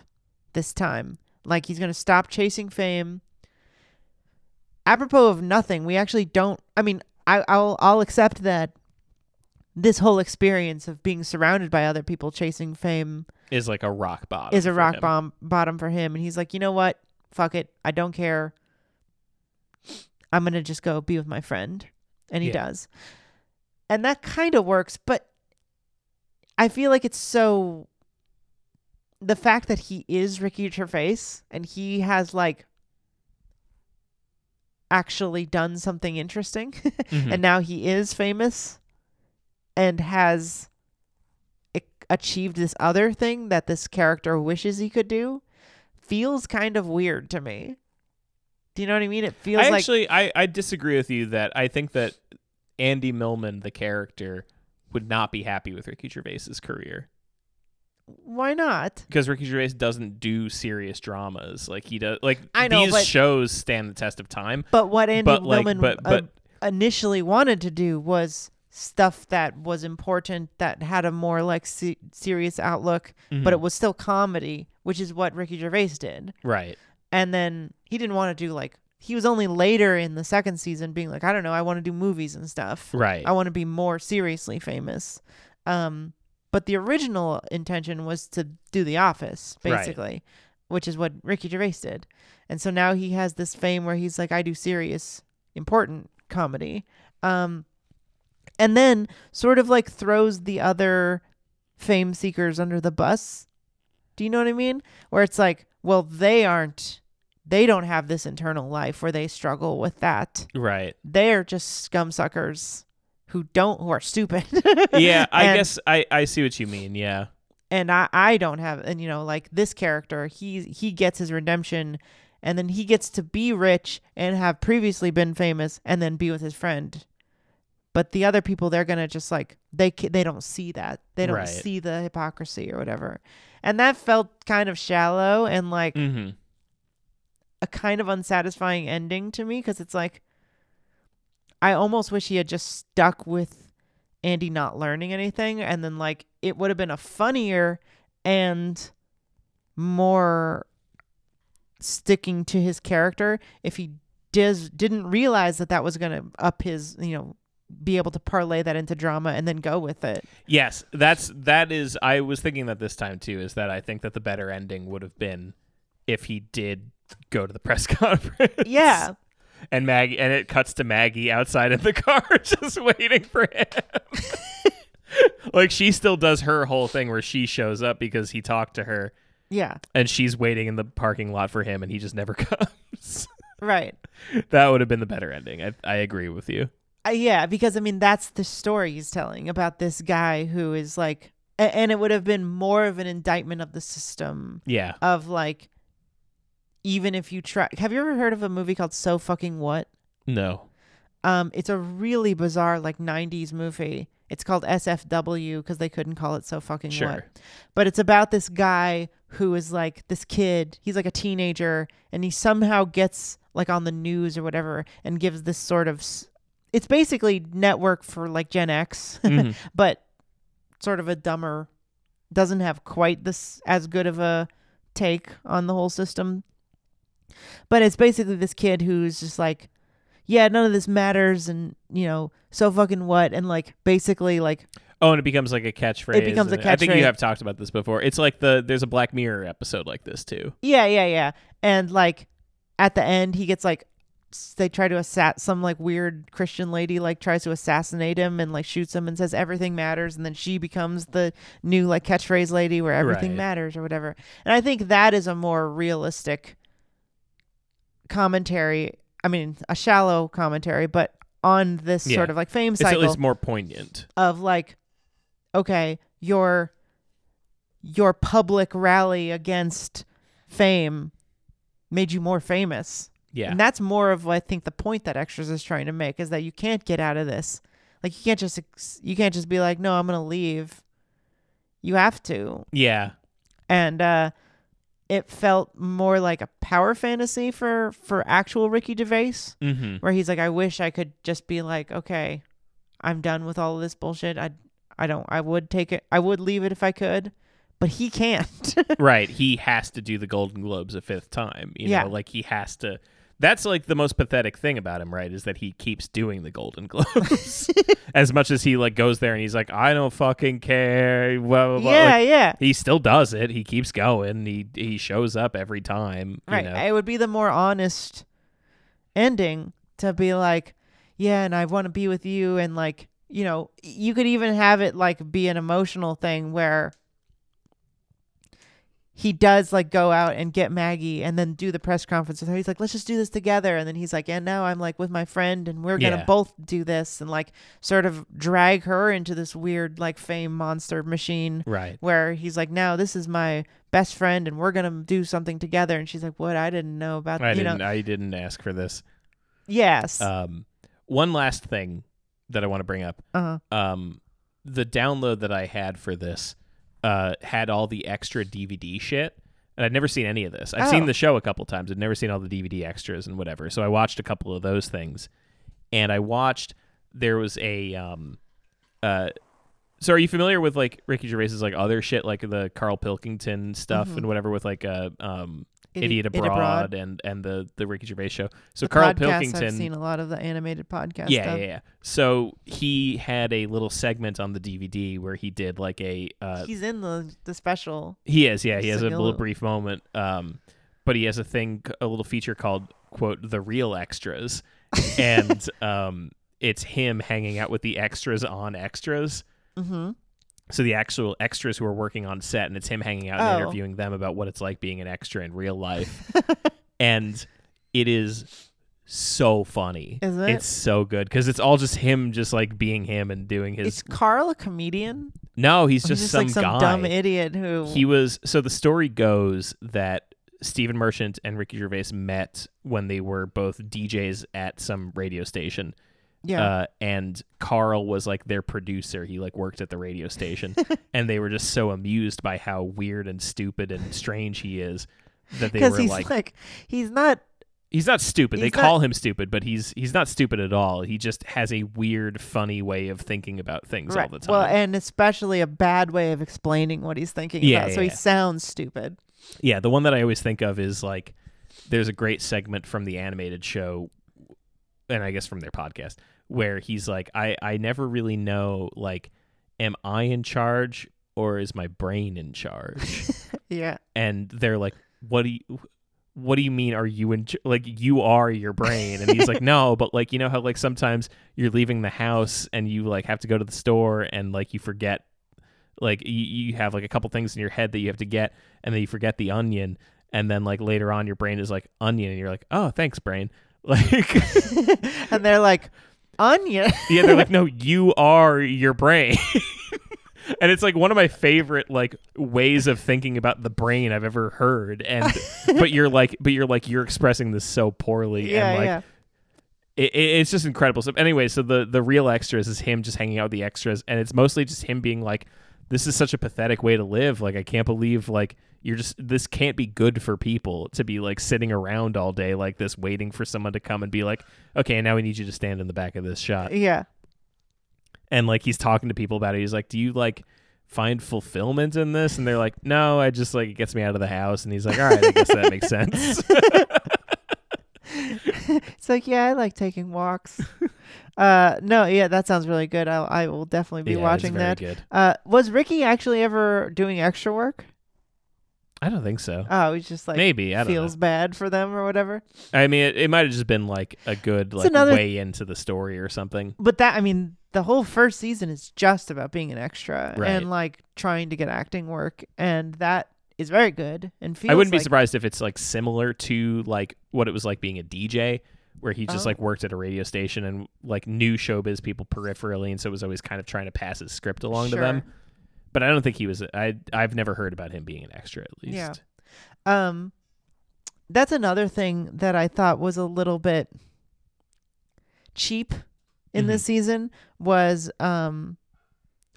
S4: this time like he's gonna stop chasing fame apropos of nothing, we actually don't. I mean, I, I'll I'll accept that this whole experience of being surrounded by other people chasing fame
S5: is like a rock bottom.
S4: is a
S5: for
S4: rock
S5: him.
S4: bomb bottom for him, and he's like, you know what? Fuck it, I don't care. I'm gonna just go be with my friend, and he
S5: Yeah.
S4: does, and that kind of works. But I feel like it's so the fact that he is Ricky Gervais and he has like actually done something interesting,
S5: Mhm.
S4: and now he is famous and has ac- achieved this other thing that this character wishes he could do feels kind of weird to me. Do you know what I mean? It feels
S5: I
S4: like
S5: actually I, I disagree with you that I think that Andy Millman, the character, would not be happy with Ricky Gervais's career
S4: why not?
S5: because Ricky Gervais doesn't do serious dramas like he does. Like
S4: I know,
S5: these
S4: but-
S5: shows stand the test of time.
S4: But what Andy
S5: But, like,
S4: Millman
S5: but-
S4: uh, initially wanted to do was stuff that was important that had a more like se- serious outlook,
S5: Mm-hmm.
S4: but it was still comedy, which is what Ricky Gervais did.
S5: Right.
S4: and then he didn't want to do like he was only later in the second season being like i don't know i want to do movies and stuff
S5: Right.
S4: i want to be more seriously famous um but the original intention was to do the office
S5: Right.
S4: basically which is what ricky gervais did and so now he has this fame where he's like i do serious important comedy um and then sort of like throws the other fame seekers under the bus do you know what I mean? Where it's like, well, they aren't, they don't have this internal life where they struggle with that.
S5: Right.
S4: They're just scum suckers who don't, who are stupid.
S5: Yeah. I
S4: And-
S5: guess I I see what you mean. Yeah.
S4: And I, I don't have, and you know, like this character, he, he gets his redemption and then he gets to be rich and have previously been famous and then be with his friend. But the other people, they're going to just like, they, ca- they don't see that. They don't
S5: Right.
S4: see the hypocrisy or whatever. And that felt kind of shallow and like,
S5: Mm-hmm.
S4: a kind of unsatisfying ending to me because it's like I almost wish he had just stuck with Andy not learning anything and then like it would have been a funnier and more sticking to his character if he does didn't realize that that was going to up his you know be able to parlay that into drama and then go with it
S5: Yes, that's that is. I was thinking that this time too. Is that I think that the better ending would have been if he did go to the press conference.
S4: yeah
S5: and Maggie, and it cuts to Maggie outside in the car, just waiting for him. like she still does her whole thing where she shows up because he talked to her,
S4: yeah
S5: and she's waiting in the parking lot for him, and he just never comes.
S4: right
S5: that would have been the better ending. I I agree with you.
S4: Uh, yeah, because I mean that's the story he's telling about this guy who is like, a- and it would have been more of an indictment of the system
S5: Yeah.
S4: of like, even if you try. Have you ever heard of a movie called So Fucking What?
S5: No.
S4: Um, it's a really bizarre like '90s movie. It's called SFW because they couldn't call it So Fucking
S5: Sure.
S4: What. But it's about this guy who is like this kid. He's like a teenager, and he somehow gets like on the news or whatever, and gives this sort of. s- It's basically network for like Gen X,
S5: Mhm.
S4: but sort of a dumber. Doesn't have quite this as good of a take on the whole system. But it's basically this kid who's just like, yeah, none of this matters, and you know, so fucking what, and like basically like
S5: Oh, and it becomes like a catchphrase.
S4: It becomes a
S5: and I think you
S4: catchphrase.
S5: have talked about this before. It's like the there's a Black Mirror episode like this too.
S4: Yeah, yeah, yeah. And like at the end, he gets like s- they try to assassinate some like weird Christian lady like tries to assassinate him and like shoots him and says everything matters and then she becomes the new like catchphrase lady where everything
S5: Right.
S4: matters or whatever. And I think that is a more realistic commentary. I mean, a shallow commentary, but on this
S5: Yeah.
S4: sort of like fame
S5: It's
S4: cycle
S5: at least more poignant.
S4: of like okay your your public rally against fame made you more famous
S5: Yeah.
S4: and that's more of i think the point that extras is trying to make is that you can't get out of this like you can't just ex- you can't just be like no i'm gonna leave you have to
S5: yeah.
S4: and uh it felt more like a power fantasy for for actual ricky gervais
S5: Mm-hmm.
S4: where he's like, I wish I could just be like, okay, I'm done with all of this bullshit. I, I don't, I would take it, I would leave it if I could, but he can't.
S5: right he has to do the golden globes a fifth time you
S4: Yeah.
S5: know like he has to That's like the most pathetic thing about him, right? Is that he keeps doing the Golden Globes as much as he like goes there and he's like, I don't fucking care. Blah, blah, blah.
S4: yeah,
S5: Like,
S4: yeah.
S5: He still does it. He keeps going. He he shows up every time. You
S4: Right.
S5: know?
S4: It would be the more honest ending to be like, yeah, and I want to be with you. And like, you know, you could even have it like be an emotional thing where he does like go out and get Maggie and then do the press conference with her. He's like, let's just do this together. And then he's like, and now I'm like with my friend and we're going to
S5: Yeah.
S4: both do this and like sort of drag her into this weird like fame monster machine
S5: Right.
S4: where he's like, "Now this is my best friend, and we're gonna do something together." And she's like, "What? I didn't know about
S5: I
S4: you
S5: didn't.
S4: know."
S5: I didn't ask for this.
S4: Yes. Uh
S5: Um, one last thing that I want to bring up.
S4: huh.
S5: um, the download that I had for this uh, had all the extra DVD shit. And I'd never seen any of this. I've
S4: Oh.
S5: seen the show a couple times. I'd never seen all the DVD extras and whatever. So I watched a couple of those things. And I watched, there was a. Um, uh, so are you familiar with like Ricky Gervais's like other shit, like the Carl Pilkington stuff and whatever with like uh, um,
S4: Idi-
S5: Idiot,
S4: Mm-hmm. Idiot
S5: Abroad,
S4: Abroad.
S5: and and the the Ricky Gervais show. So Carl Pilkington,
S4: I've seen a lot of the animated podcast.
S5: yeah,
S4: stuff.
S5: yeah, yeah. So he had a little segment on the DVD where he did like a uh,
S4: He's in the the special.
S5: he is yeah he
S4: he's
S5: has a
S4: like a
S5: little
S4: little-
S5: brief moment, um, but he has a thing a little feature called quote the real extras, and um, it's him hanging out with the extras on extras.
S4: Mm-hmm.
S5: So the actual extras who are working on set, and it's him hanging out
S4: Oh.
S5: and interviewing them about what it's like being an extra in real life, and it is so funny.
S4: Is it?
S5: It's so good because it's all just him, just like being him and doing his.
S4: Is Carl a comedian?
S5: no, he's
S4: Or
S5: just,
S4: he's just
S5: some
S4: like some
S5: guy.
S4: dumb idiot who.
S5: He was so the story goes that Stephen Merchant and Ricky Gervais met when they were both DJs at some radio station.
S4: yeah.
S5: Uh, and Carl was like their producer. He like worked at the radio station, and they were just so amused by how weird and stupid and strange he is that they were
S4: because he's
S5: like,
S4: like, he's not
S5: he's not stupid. They
S4: He's
S5: call him stupid, but he's he's not stupid at all. He just has a weird, funny way of thinking about things
S4: right.
S5: all the time.
S4: Well, and especially a bad way of explaining what he's thinking
S5: Yeah,
S4: about.
S5: yeah,
S4: so he
S5: yeah.
S4: sounds stupid.
S5: Yeah, the one that I always think of is like there's a great segment from the animated show and I guess from their podcast where he's like I I never really know like am I in charge or is my brain in charge?
S4: Yeah.
S5: and they're like what do you what do you mean are you in ch- like you are your brain and he's like no but like you know how like sometimes you're leaving the house and you like have to go to the store and like you forget like you, you have like a couple things in your head that you have to get and then you forget the onion and then like later on your brain is like onion and you're like oh thanks brain like
S4: and they're like, onion.
S5: yeah they're like no you are your brain and it's like one of my favorite like ways of thinking about the brain i've ever heard and but you're like but you're like you're expressing this so poorly
S4: yeah.
S5: and like
S4: yeah.
S5: it, it- it's just incredible so anyway so the the real extras is him just hanging out with the extras and it's mostly just him being like this is such a pathetic way to live like i can't believe like you're just this can't be good for people to be like sitting around all day like this waiting for someone to come and be like okay now we need you to stand in the back of this shot
S4: Yeah.
S5: and like he's talking to people about it. He's like, "Do you like find fulfillment in this?" And they're like, "No, I just like it gets me out of the house." And he's like, "All right, I guess that makes sense."
S4: It's like, yeah, I like taking walks. uh, no, yeah, that sounds really good. I'll, I will definitely be
S5: Yeah, it's
S4: watching
S5: very
S4: that.
S5: good.
S4: Uh, was Ricky actually ever doing extra work?
S5: I don't think so.
S4: Oh, he's just like
S5: Maybe I don't
S4: feels bad for them or whatever.
S5: know. I mean, it, it might have just been like a good like
S4: another-
S5: way into the story or something.
S4: But that, I mean, the whole first season is just about being an extra
S5: Right.
S4: and like trying to get acting work, and that is very good. And feels
S5: I wouldn't be
S4: like-
S5: surprised if it's like similar to like what it was like being a DJ, where he just
S4: Oh.
S5: like worked at a radio station and like knew showbiz people peripherally, and so was always kind of trying to pass his script along to them.
S4: Sure.
S5: But I don't think he was. I I've never heard about him being an extra at least.
S4: Yeah. Um, that's another thing that I thought was a little bit cheap in this
S5: Mm-hmm.
S4: season was um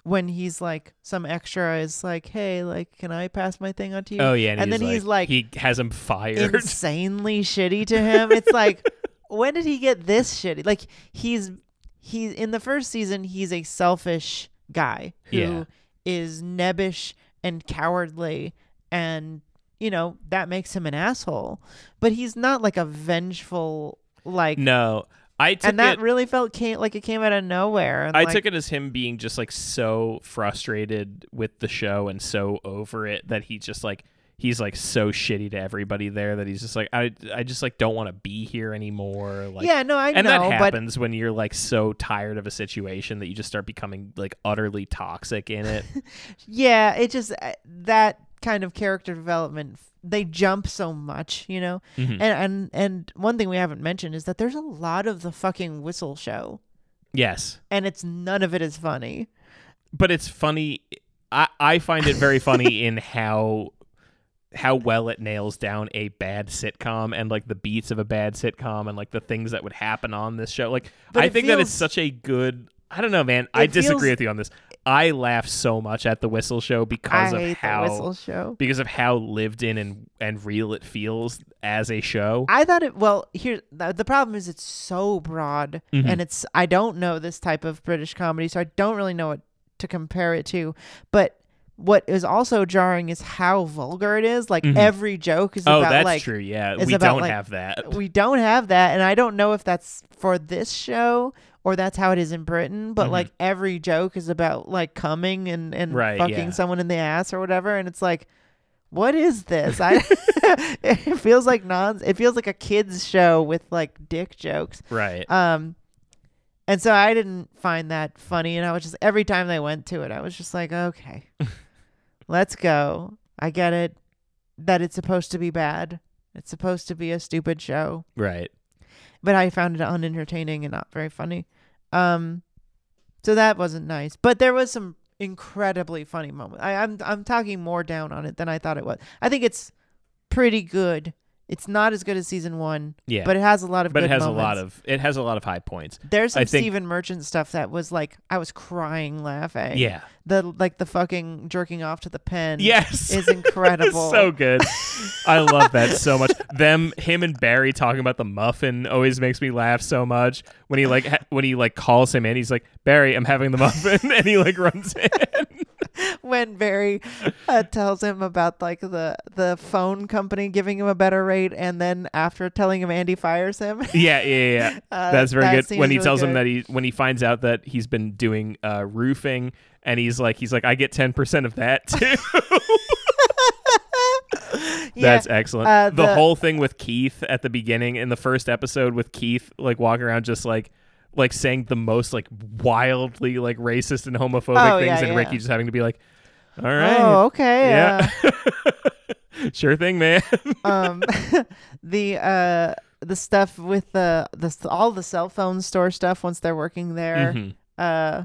S4: when he's like some extra is like, hey, like, can I pass my thing on to you?
S5: Oh yeah, and,
S4: and then he's like,
S5: he has him fired.
S4: insanely shitty to him. It's like, when did he get this shitty? Like he's he's in the first season, he's a selfish guy who is
S5: Yeah.
S4: nebbish and cowardly and you know, that makes him an asshole. But he's not like a vengeful like
S5: No, I took
S4: and that
S5: it.
S4: really felt came, like it came out of nowhere. And
S5: I
S4: like,
S5: took it as him being just like so frustrated with the show and so over it that he just like he's like so shitty to everybody there that he's just like I I just like don't want to be here anymore. Like
S4: Yeah, no, I
S5: and
S4: know,
S5: that
S4: but-
S5: happens when you're like so tired of a situation that you just start becoming like utterly toxic in it.
S4: Yeah, it just uh, that kind of character development. f- They jump so much, you know.
S5: Mm-hmm.
S4: And and and one thing we haven't mentioned is that there's a lot of the fucking whistle show,
S5: yes,
S4: and it's none of it is funny.
S5: but it's funny. I I find it very funny in how how well it nails down a bad sitcom and like the beats of a bad sitcom and like the things that would happen on this show. Like
S4: But
S5: I
S4: it
S5: think that it's
S4: feels-
S5: such a good. I don't know, man. I
S4: It feels-
S5: disagree with you on this. I laugh so much at the whistle show because
S4: I
S5: of
S4: hate
S5: how
S4: the whistle show.
S5: because of how lived in and and real it feels as a show.
S4: I thought it. Well, here the, the problem is it's so broad,
S5: Mm-hmm.
S4: and it's I don't know this type of British comedy, so I don't really know what to compare it to. But what is also jarring is how vulgar it is. Like every joke is
S5: Mm-hmm. oh,
S4: about
S5: that's
S4: like
S5: true. Yeah,
S4: is
S5: we
S4: about,
S5: don't
S4: like,
S5: have that.
S4: we don't have that, and I don't know if that's for this show or that's how it is in Britain.
S5: Mm-hmm.
S4: But like every joke is about like coming and and
S5: Right,
S4: fucking
S5: yeah.
S4: someone in the ass or whatever, and it's like what is this? I it feels like non it feels like a kids show with like dick jokes.
S5: right.
S4: Um and so I didn't find that funny and I was just every time they went to it I was just like, "Okay. let's go. I get it that it's supposed to be bad. It's supposed to be a stupid show."
S5: right.
S4: But I found it unentertaining and not very funny. Um so that wasn't nice. But there was some incredibly funny moments. I, I'm I'm talking more down on it than I thought it was. I think it's pretty good. It's not as good as season one.
S5: Yeah.
S4: But it has a lot of
S5: But
S4: good
S5: it has a
S4: moments.
S5: lot of it has a lot of high points.
S4: There's some
S5: I think-
S4: Stephen Merchant stuff that was like I was crying laughing.
S5: Yeah.
S4: The like the fucking jerking off to the pen.
S5: Yes.
S4: Is incredible.
S5: It's so good. I love that so much. Them, him, and Barry talking about the muffin always makes me laugh so much. When he like ha- when he like calls him in, he's like, "Barry, I'm having the muffin," and he like runs in.
S4: when Barry uh, tells him about like the the phone company giving him a better rate, and then after telling him Andy fires him.
S5: Yeah, yeah, yeah. yeah.
S4: Uh,
S5: That's very
S4: that
S5: good.
S4: scene's
S5: When he
S4: really
S5: tells him
S4: good.
S5: that he when he finds out that he's been doing uh, roofing, and he's like, he's like, "I get ten percent of that too." That's excellent.
S4: uh,
S5: the,
S4: the-
S5: whole thing with Keith at the beginning in the first episode with Keith like walking around just like like saying the most like wildly like racist and homophobic
S4: Oh,
S5: things
S4: yeah,
S5: and
S4: yeah.
S5: Ricky just having to be like, All right.
S4: Oh, okay. uh,
S5: Yeah. sure thing, man.
S4: um the uh the stuff with the the all the cell phone store stuff once they're working there
S5: Mm-hmm.
S4: uh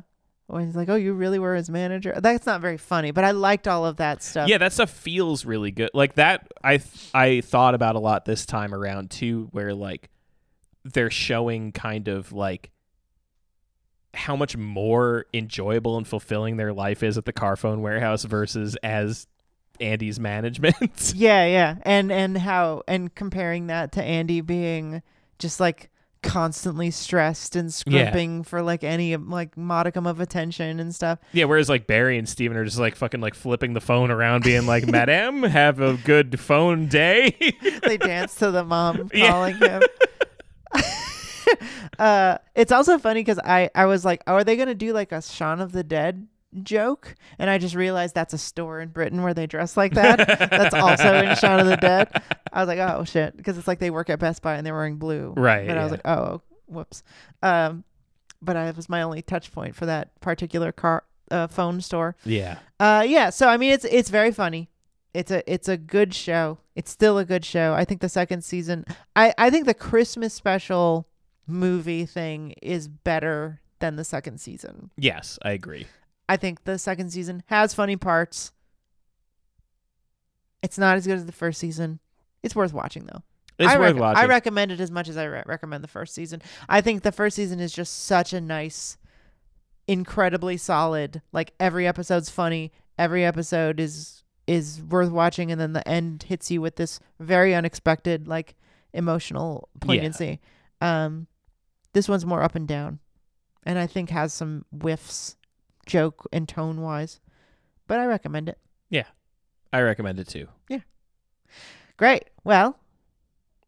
S4: when he's like oh you really were his manager that's not very funny but i liked all of that stuff
S5: yeah, that stuff feels really good. Like that I th- I thought about a lot this time around too, where like they're showing kind of like how much more enjoyable and fulfilling their life is at the car phone warehouse versus as Andy's management.
S4: yeah yeah and and how and comparing that to andy being just like constantly stressed and
S5: Yeah.
S4: scrimping for like any like modicum of attention and stuff
S5: yeah, whereas like Barry and Steven are just like fucking like flipping the phone around being like, Madame, have a good phone day.
S4: they dance to the mom
S5: Yeah.
S4: calling him. uh, it's also funny because I, I was like, oh, are they going to do like a Shaun of the Dead joke? And I just realized that's a store in Britain where they dress like that. that's also in Shaun of the Dead. I was like, oh, shit. Because it's like they work at Best Buy and they're wearing blue.
S5: Right,
S4: But I was
S5: yeah.
S4: like, oh, whoops. Um, but I it was my only touch point for that particular car uh, phone store.
S5: yeah.
S4: Uh, yeah. So I mean, it's it's very funny. It's a it's a good show. It's still a good show. I think the second season. I I think the Christmas special movie thing is better than the second season.
S5: Yes, I agree.
S4: I think the second season has funny parts. It's not as good as the first season. It's worth watching though.
S5: It's
S4: I
S5: worth
S4: rec-
S5: watching.
S4: I recommend it as much as I re- recommend the first season. I think the first season is just such a nice, incredibly solid. Like every episode's funny. Every episode is is worth watching, and then the end hits you with this very unexpected, like emotional poignancy. Um, this one's more up and down, and I think has some whiffs, joke and tone wise. But I recommend it.
S5: I recommend it too.
S4: Great. Well,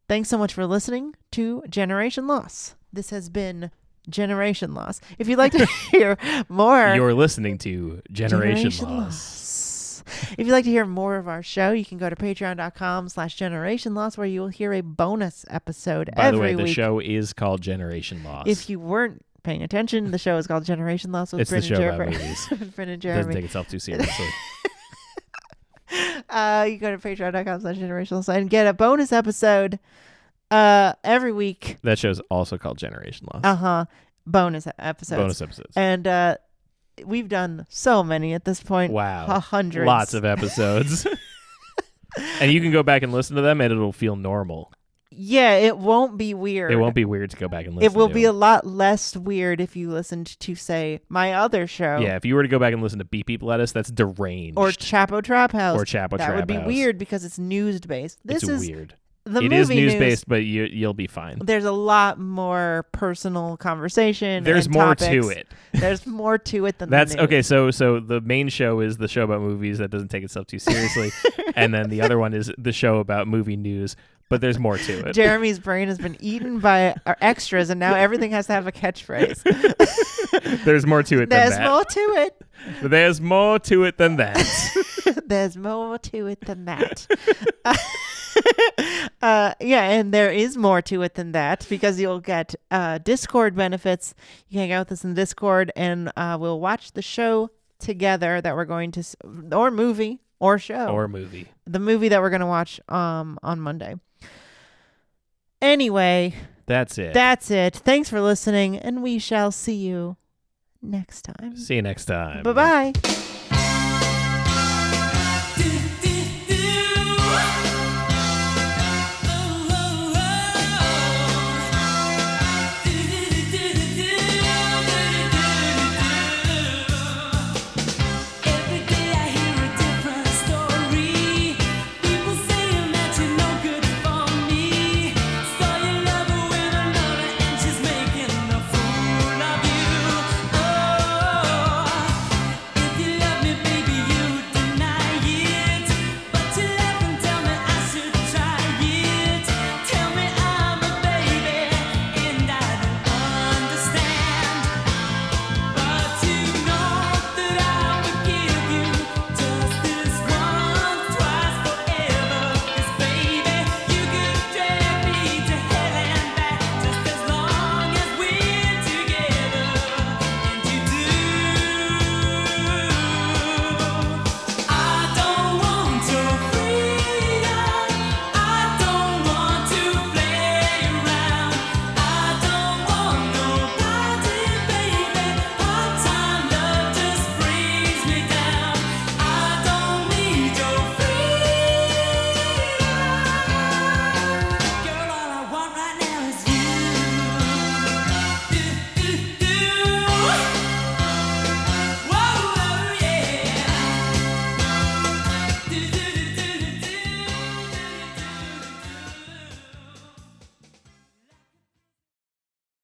S4: thanks so much for listening to Generation Loss. This has been Generation Loss. If you'd like to hear more
S5: You're listening to Generation,
S4: Generation
S5: Loss.
S4: Loss. If you'd like to hear more of our show, you can go to patreon.com slash generation loss where you will hear a bonus episode
S5: By the
S4: every
S5: way, the
S4: week.
S5: show is called Generation Loss.
S4: If you weren't paying attention, the show is called Generation Loss with
S5: It's the
S4: Bryn and
S5: show about
S4: Jeremy.
S5: movies.
S4: Bryn and
S5: it doesn't
S4: Jeremy.
S5: take itself too seriously.
S4: uh, you go to patreon.com slash generational sign and get a bonus episode uh every week
S5: that show's also called Generation Loss.
S4: uh-huh bonus episodes
S5: Bonus episodes.
S4: and uh we've done so many at this point
S5: Wow.
S4: a hundred
S5: Lots of e-, episodes. and you can go back and listen to them and it'll feel normal.
S4: yeah it won't be weird
S5: It won't be weird to go back and listen
S4: it will
S5: to
S4: be a
S5: them.
S4: lot less weird if you listened to say my other show
S5: Yeah, if you were to go back and listen to Beep Beep Lettuce, that's deranged.
S4: or Chapo Trap House
S5: Or Chapo
S4: that
S5: Trap
S4: would be
S5: House.
S4: weird because it's news based this
S5: it's
S4: is
S5: weird.
S4: the
S5: It
S4: movie
S5: is news
S4: news
S5: based, but you you'll be fine.
S4: there's a lot more personal conversation.
S5: There's
S4: and
S5: more
S4: topics.
S5: to it.
S4: There's more to it than the
S5: That's
S4: news.
S5: okay. So so the main show is the show about movies that doesn't take itself too seriously, and then the other one is the show about movie news. But there's more to it.
S4: Jeremy's brain has been eaten by our extras, and now everything has to have a catchphrase.
S5: There's more to it
S4: There's
S5: than
S4: more
S5: that.
S4: to
S5: There's more to it than that.
S4: it. There's more to it than that. uh, yeah, and there is more to it than that because you'll get uh, Discord benefits. You can hang out with us in Discord, and uh, we'll watch the show together that we're going to, s- or movie or show
S5: or movie.
S4: the movie that we're gonna watch um on Monday. Anyway,
S5: That's it.
S4: that's it. Thanks for listening, and we shall see you next time.
S5: See you next time.
S4: Bye bye.